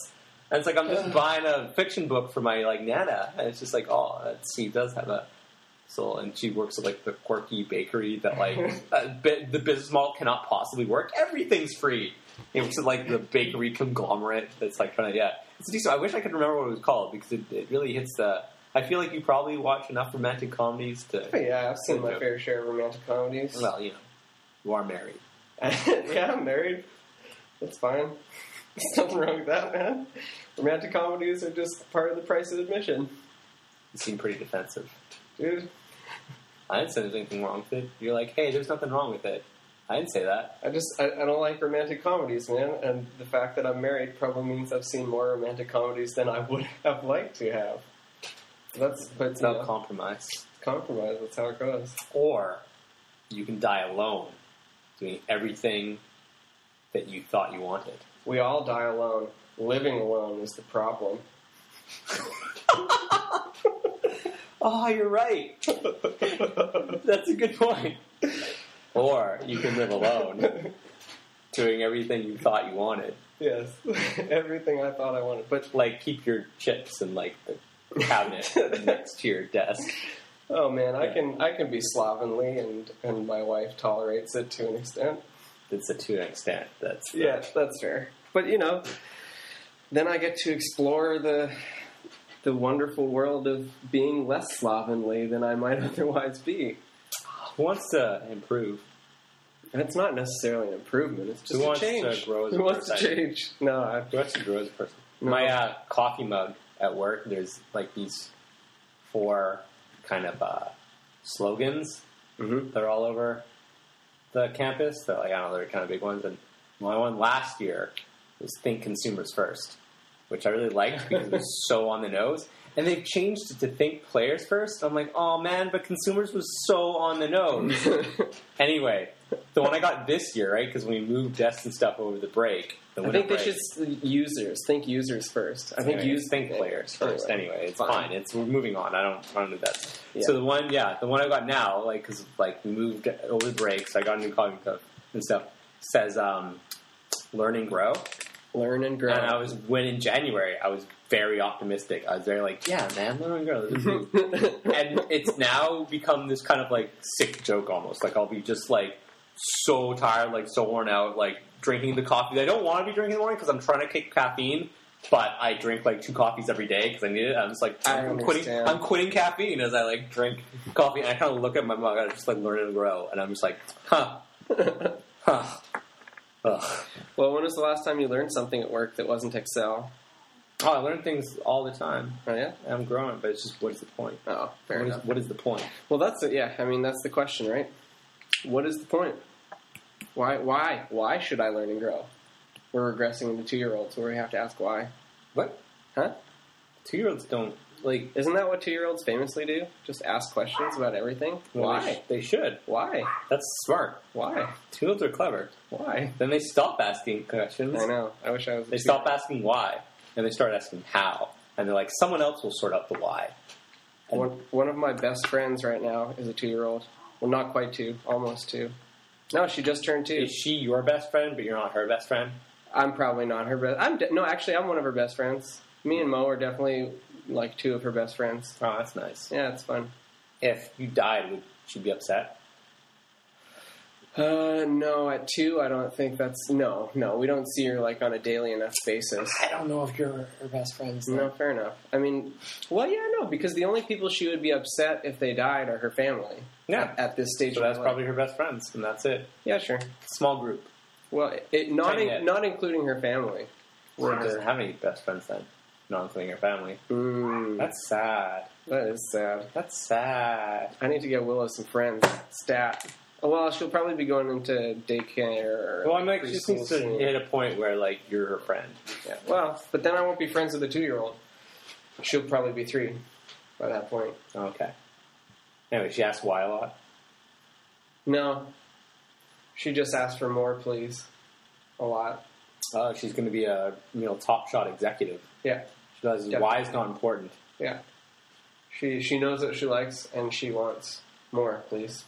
Speaker 1: And it's like, I'm just buying a fiction book for my, like, Nana. And it's just like, oh, that, she does have a soul. And she works at, like, the quirky bakery that, like, uh, bi- the business model cannot possibly work. Everything's free. It works at, like, the bakery conglomerate that's, like, trying to, yeah. It's decent. I wish I could remember what it was called because it, it really hits the. I feel like you probably watch enough romantic comedies
Speaker 2: But
Speaker 1: to.
Speaker 2: yeah, I've seen my fair share of romantic comedies.
Speaker 1: Well, you know, you are married.
Speaker 2: yeah, I'm married. That's fine. There's nothing wrong with that, man. Romantic comedies are just part of the price of admission,
Speaker 1: You seem pretty defensive.
Speaker 2: dude.
Speaker 1: I didn't say there's anything wrong with it. You're like, hey, there's nothing wrong with it. I didn't say that.
Speaker 2: I just I, I don't like romantic comedies, man. And the fact that I'm married probably means I've seen more romantic comedies than I would have liked to have. That's but
Speaker 1: It's
Speaker 2: you
Speaker 1: not
Speaker 2: know,
Speaker 1: compromise.
Speaker 2: compromise. That's how it goes.
Speaker 1: Or you can die alone, doing everything that you thought you wanted.
Speaker 2: We all die alone. Living alone is the problem.
Speaker 1: oh, you're right. That's a good point. Or you can live alone, doing everything you thought you wanted.
Speaker 2: Yes, everything I thought I wanted, but
Speaker 1: Like keep your chips in like the cabinet next to your desk.
Speaker 2: oh man, I
Speaker 1: Yeah.
Speaker 2: can I can be slovenly, and and my wife tolerates it to an extent.
Speaker 1: It's a to an extent. That's the-
Speaker 2: Yeah, that's fair. But you know, then I get to explore the the wonderful world of being less slovenly than I might otherwise be.
Speaker 1: Who wants to improve?
Speaker 2: And it's not necessarily an improvement; it's just
Speaker 1: Who
Speaker 2: a
Speaker 1: wants to
Speaker 2: change.
Speaker 1: grow as a
Speaker 2: Who wants to
Speaker 1: person?
Speaker 2: change? No, I,
Speaker 1: Who wants to grow as a person?
Speaker 2: No.
Speaker 1: My uh, coffee mug at work. There's like these four kind of uh, slogans
Speaker 2: Mhm.
Speaker 1: they're all over the campus. They're like, I don't know, they're kind of big ones. And my one last year was Think Consumers First, which I really liked because it was so on the nose. And they've changed it to Think Players First. I'm like, oh man, but consumers was so on the nose. anyway, the one I got this year, right? Because when we moved desks and stuff over the break, the
Speaker 2: I
Speaker 1: winter
Speaker 2: think they
Speaker 1: break,
Speaker 2: should s- users think users first. I think
Speaker 1: Anyway,
Speaker 2: use
Speaker 1: think players first.
Speaker 2: Anyway.
Speaker 1: Anyway, it's fine.
Speaker 2: Fine.
Speaker 1: It's we're moving on. I don't I don't do that.
Speaker 2: Yeah.
Speaker 1: So the one, yeah, the one I got now, like because like we moved over the breaks, I got a new coffee cup and stuff. Says um, learn and grow.
Speaker 2: learn and grow.
Speaker 1: And I was when in January, I was very optimistic. I was very like, yeah, man, learn and grow. This is new. and it's now become this kind of like sick joke almost. Like I'll be just like so tired, like so worn out, like drinking the coffee that I don't want to be drinking in the morning because I'm trying to kick caffeine. But I drink like two coffees every day because I need it. I'm just like
Speaker 2: I
Speaker 1: I'm quitting.
Speaker 2: understand.
Speaker 1: I'm quitting caffeine as I like drink coffee. And I kind of look at my mug. I just like learn and grow, and I'm just like, huh, huh. Ugh.
Speaker 2: well, when was the last time you learned something at work that wasn't Excel?
Speaker 1: Oh, I learn things all the time.
Speaker 2: Oh yeah.
Speaker 1: and I'm growing, but it's just what is the point?
Speaker 2: Oh, fair
Speaker 1: What
Speaker 2: enough.
Speaker 1: is, what is the point?
Speaker 2: Well, that's it. Yeah, I mean that's the question, right? What is the point? Why? Why? Why should I learn and grow? We're regressing into two-year-olds, where we have to ask why,
Speaker 1: What
Speaker 2: huh?
Speaker 1: two year olds don't like?
Speaker 2: Isn't that what two-year-olds famously do? Just ask questions about everything.
Speaker 1: well, they
Speaker 2: Why?
Speaker 1: sh- they should.
Speaker 2: Why?
Speaker 1: That's smart.
Speaker 2: Why?
Speaker 1: Two-year-olds are clever.
Speaker 2: Why?
Speaker 1: Then they stop asking questions.
Speaker 2: I know. I wish I was. a
Speaker 1: They
Speaker 2: two-
Speaker 1: stop asking why, and they start asking how. And they're like, someone else will sort out the why.
Speaker 2: One, one of my best friends right now is a two-year-old. Well, not quite two, almost two. No, she just turned two.
Speaker 1: Is she your best friend, but you're not her best friend?
Speaker 2: I'm probably not her best. I'm de- no, actually, I'm one of her best friends. Me and Mo are definitely like two of her best friends.
Speaker 1: Oh, that's nice.
Speaker 2: Yeah, it's fun.
Speaker 1: If you died, would she be upset?
Speaker 2: Uh, no, at two, I don't think that's no, no. We don't see her like on a daily enough basis.
Speaker 1: I don't know if you're her best friends.
Speaker 2: No, fair enough. I mean, well, yeah, no, because the only people she would be upset if they died are her family.
Speaker 1: Yeah.
Speaker 2: At, at this stage,
Speaker 1: So
Speaker 2: of
Speaker 1: that's
Speaker 2: her life.
Speaker 1: probably her best friends, and that's it.
Speaker 2: yeah, sure.
Speaker 1: Small group.
Speaker 2: Well, it, not
Speaker 1: Tiny
Speaker 2: in,
Speaker 1: it.
Speaker 2: not including her family.
Speaker 1: So
Speaker 2: Or
Speaker 1: it doesn't have any best friends then, not including her family.
Speaker 2: Mm,
Speaker 1: That's sad.
Speaker 2: that is sad.
Speaker 1: That's sad.
Speaker 2: I need to get Willow some friends. Stat. Oh, well, she'll probably be going into daycare. Or
Speaker 1: Well, Oh, I'm like,
Speaker 2: preschool
Speaker 1: she just needs to
Speaker 2: soon.
Speaker 1: hit a point where, like, you're her friend.
Speaker 2: Yeah. Well, but then I won't be friends with the two-year-old. She'll probably be three by that point.
Speaker 1: Okay. Anyway, she asked why a lot.
Speaker 2: No, she just asked for more, please. A lot.
Speaker 1: Oh, she's going to be a you know top shot executive.
Speaker 2: Yeah,
Speaker 1: She realizes
Speaker 2: Definitely.
Speaker 1: why is not important.
Speaker 2: yeah. She she knows what she likes and she wants more, please.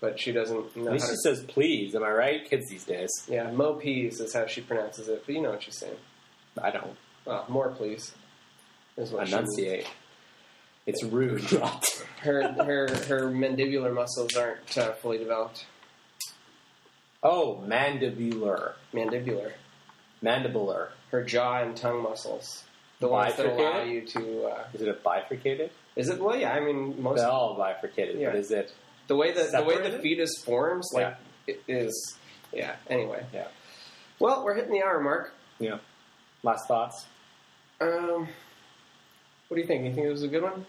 Speaker 2: But she doesn't know
Speaker 1: At
Speaker 2: how
Speaker 1: least
Speaker 2: to.
Speaker 1: she says please. Am I right? Kids these days.
Speaker 2: Yeah, Mo Peas is how she pronounces it, but you know what she's saying.
Speaker 1: I don't
Speaker 2: Well, more please is what she means.
Speaker 1: enunciate. It's rude. not-
Speaker 2: her her her mandibular muscles aren't uh, fully developed.
Speaker 1: oh, mandibular,
Speaker 2: Mandibular.
Speaker 1: mandibular.
Speaker 2: Her jaw and tongue muscles. The ones that
Speaker 1: Bifurcated?
Speaker 2: allow you to. Uh,
Speaker 1: Is it a bifurcated?
Speaker 2: is it? Well, yeah. I mean, most
Speaker 1: They're all bifurcated.
Speaker 2: Yeah.
Speaker 1: But is it?
Speaker 2: the way that the way the
Speaker 1: separated?
Speaker 2: fetus forms, like, it is. Yeah. Anyway.
Speaker 1: Yeah.
Speaker 2: Well, we're hitting the hour mark.
Speaker 1: Yeah. Last thoughts.
Speaker 2: Um, what do you think? You think it was a good one?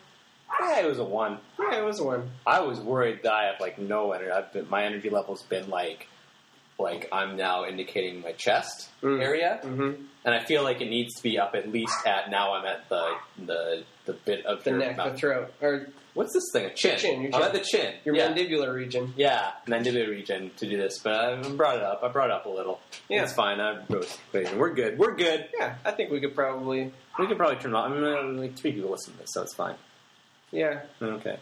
Speaker 1: Yeah, it was a one.
Speaker 2: Yeah, it was one.
Speaker 1: I was worried that I have like no energy. I've been, my energy level's been like, like I'm now indicating my chest
Speaker 2: Mm.
Speaker 1: area,
Speaker 2: Mm-hmm.
Speaker 1: and I feel like it needs to be up at least at now. I'm at the the the bit of
Speaker 2: The
Speaker 1: your
Speaker 2: neck,
Speaker 1: mouth.
Speaker 2: the throat, or
Speaker 1: What's this thing? A chin.
Speaker 2: Chin, your
Speaker 1: I'm
Speaker 2: chin.
Speaker 1: at the chin.
Speaker 2: your
Speaker 1: yeah.
Speaker 2: mandibular region.
Speaker 1: yeah, mandibular region to do this, but I brought it up. I brought it up a little.
Speaker 2: Yeah.
Speaker 1: It's fine. I wrote the equation. We're good. We're good.
Speaker 2: Yeah, I think we could probably
Speaker 1: We can probably turn it off. I mean, like three people listen to this, so it's fine.
Speaker 2: Yeah.
Speaker 1: Okay.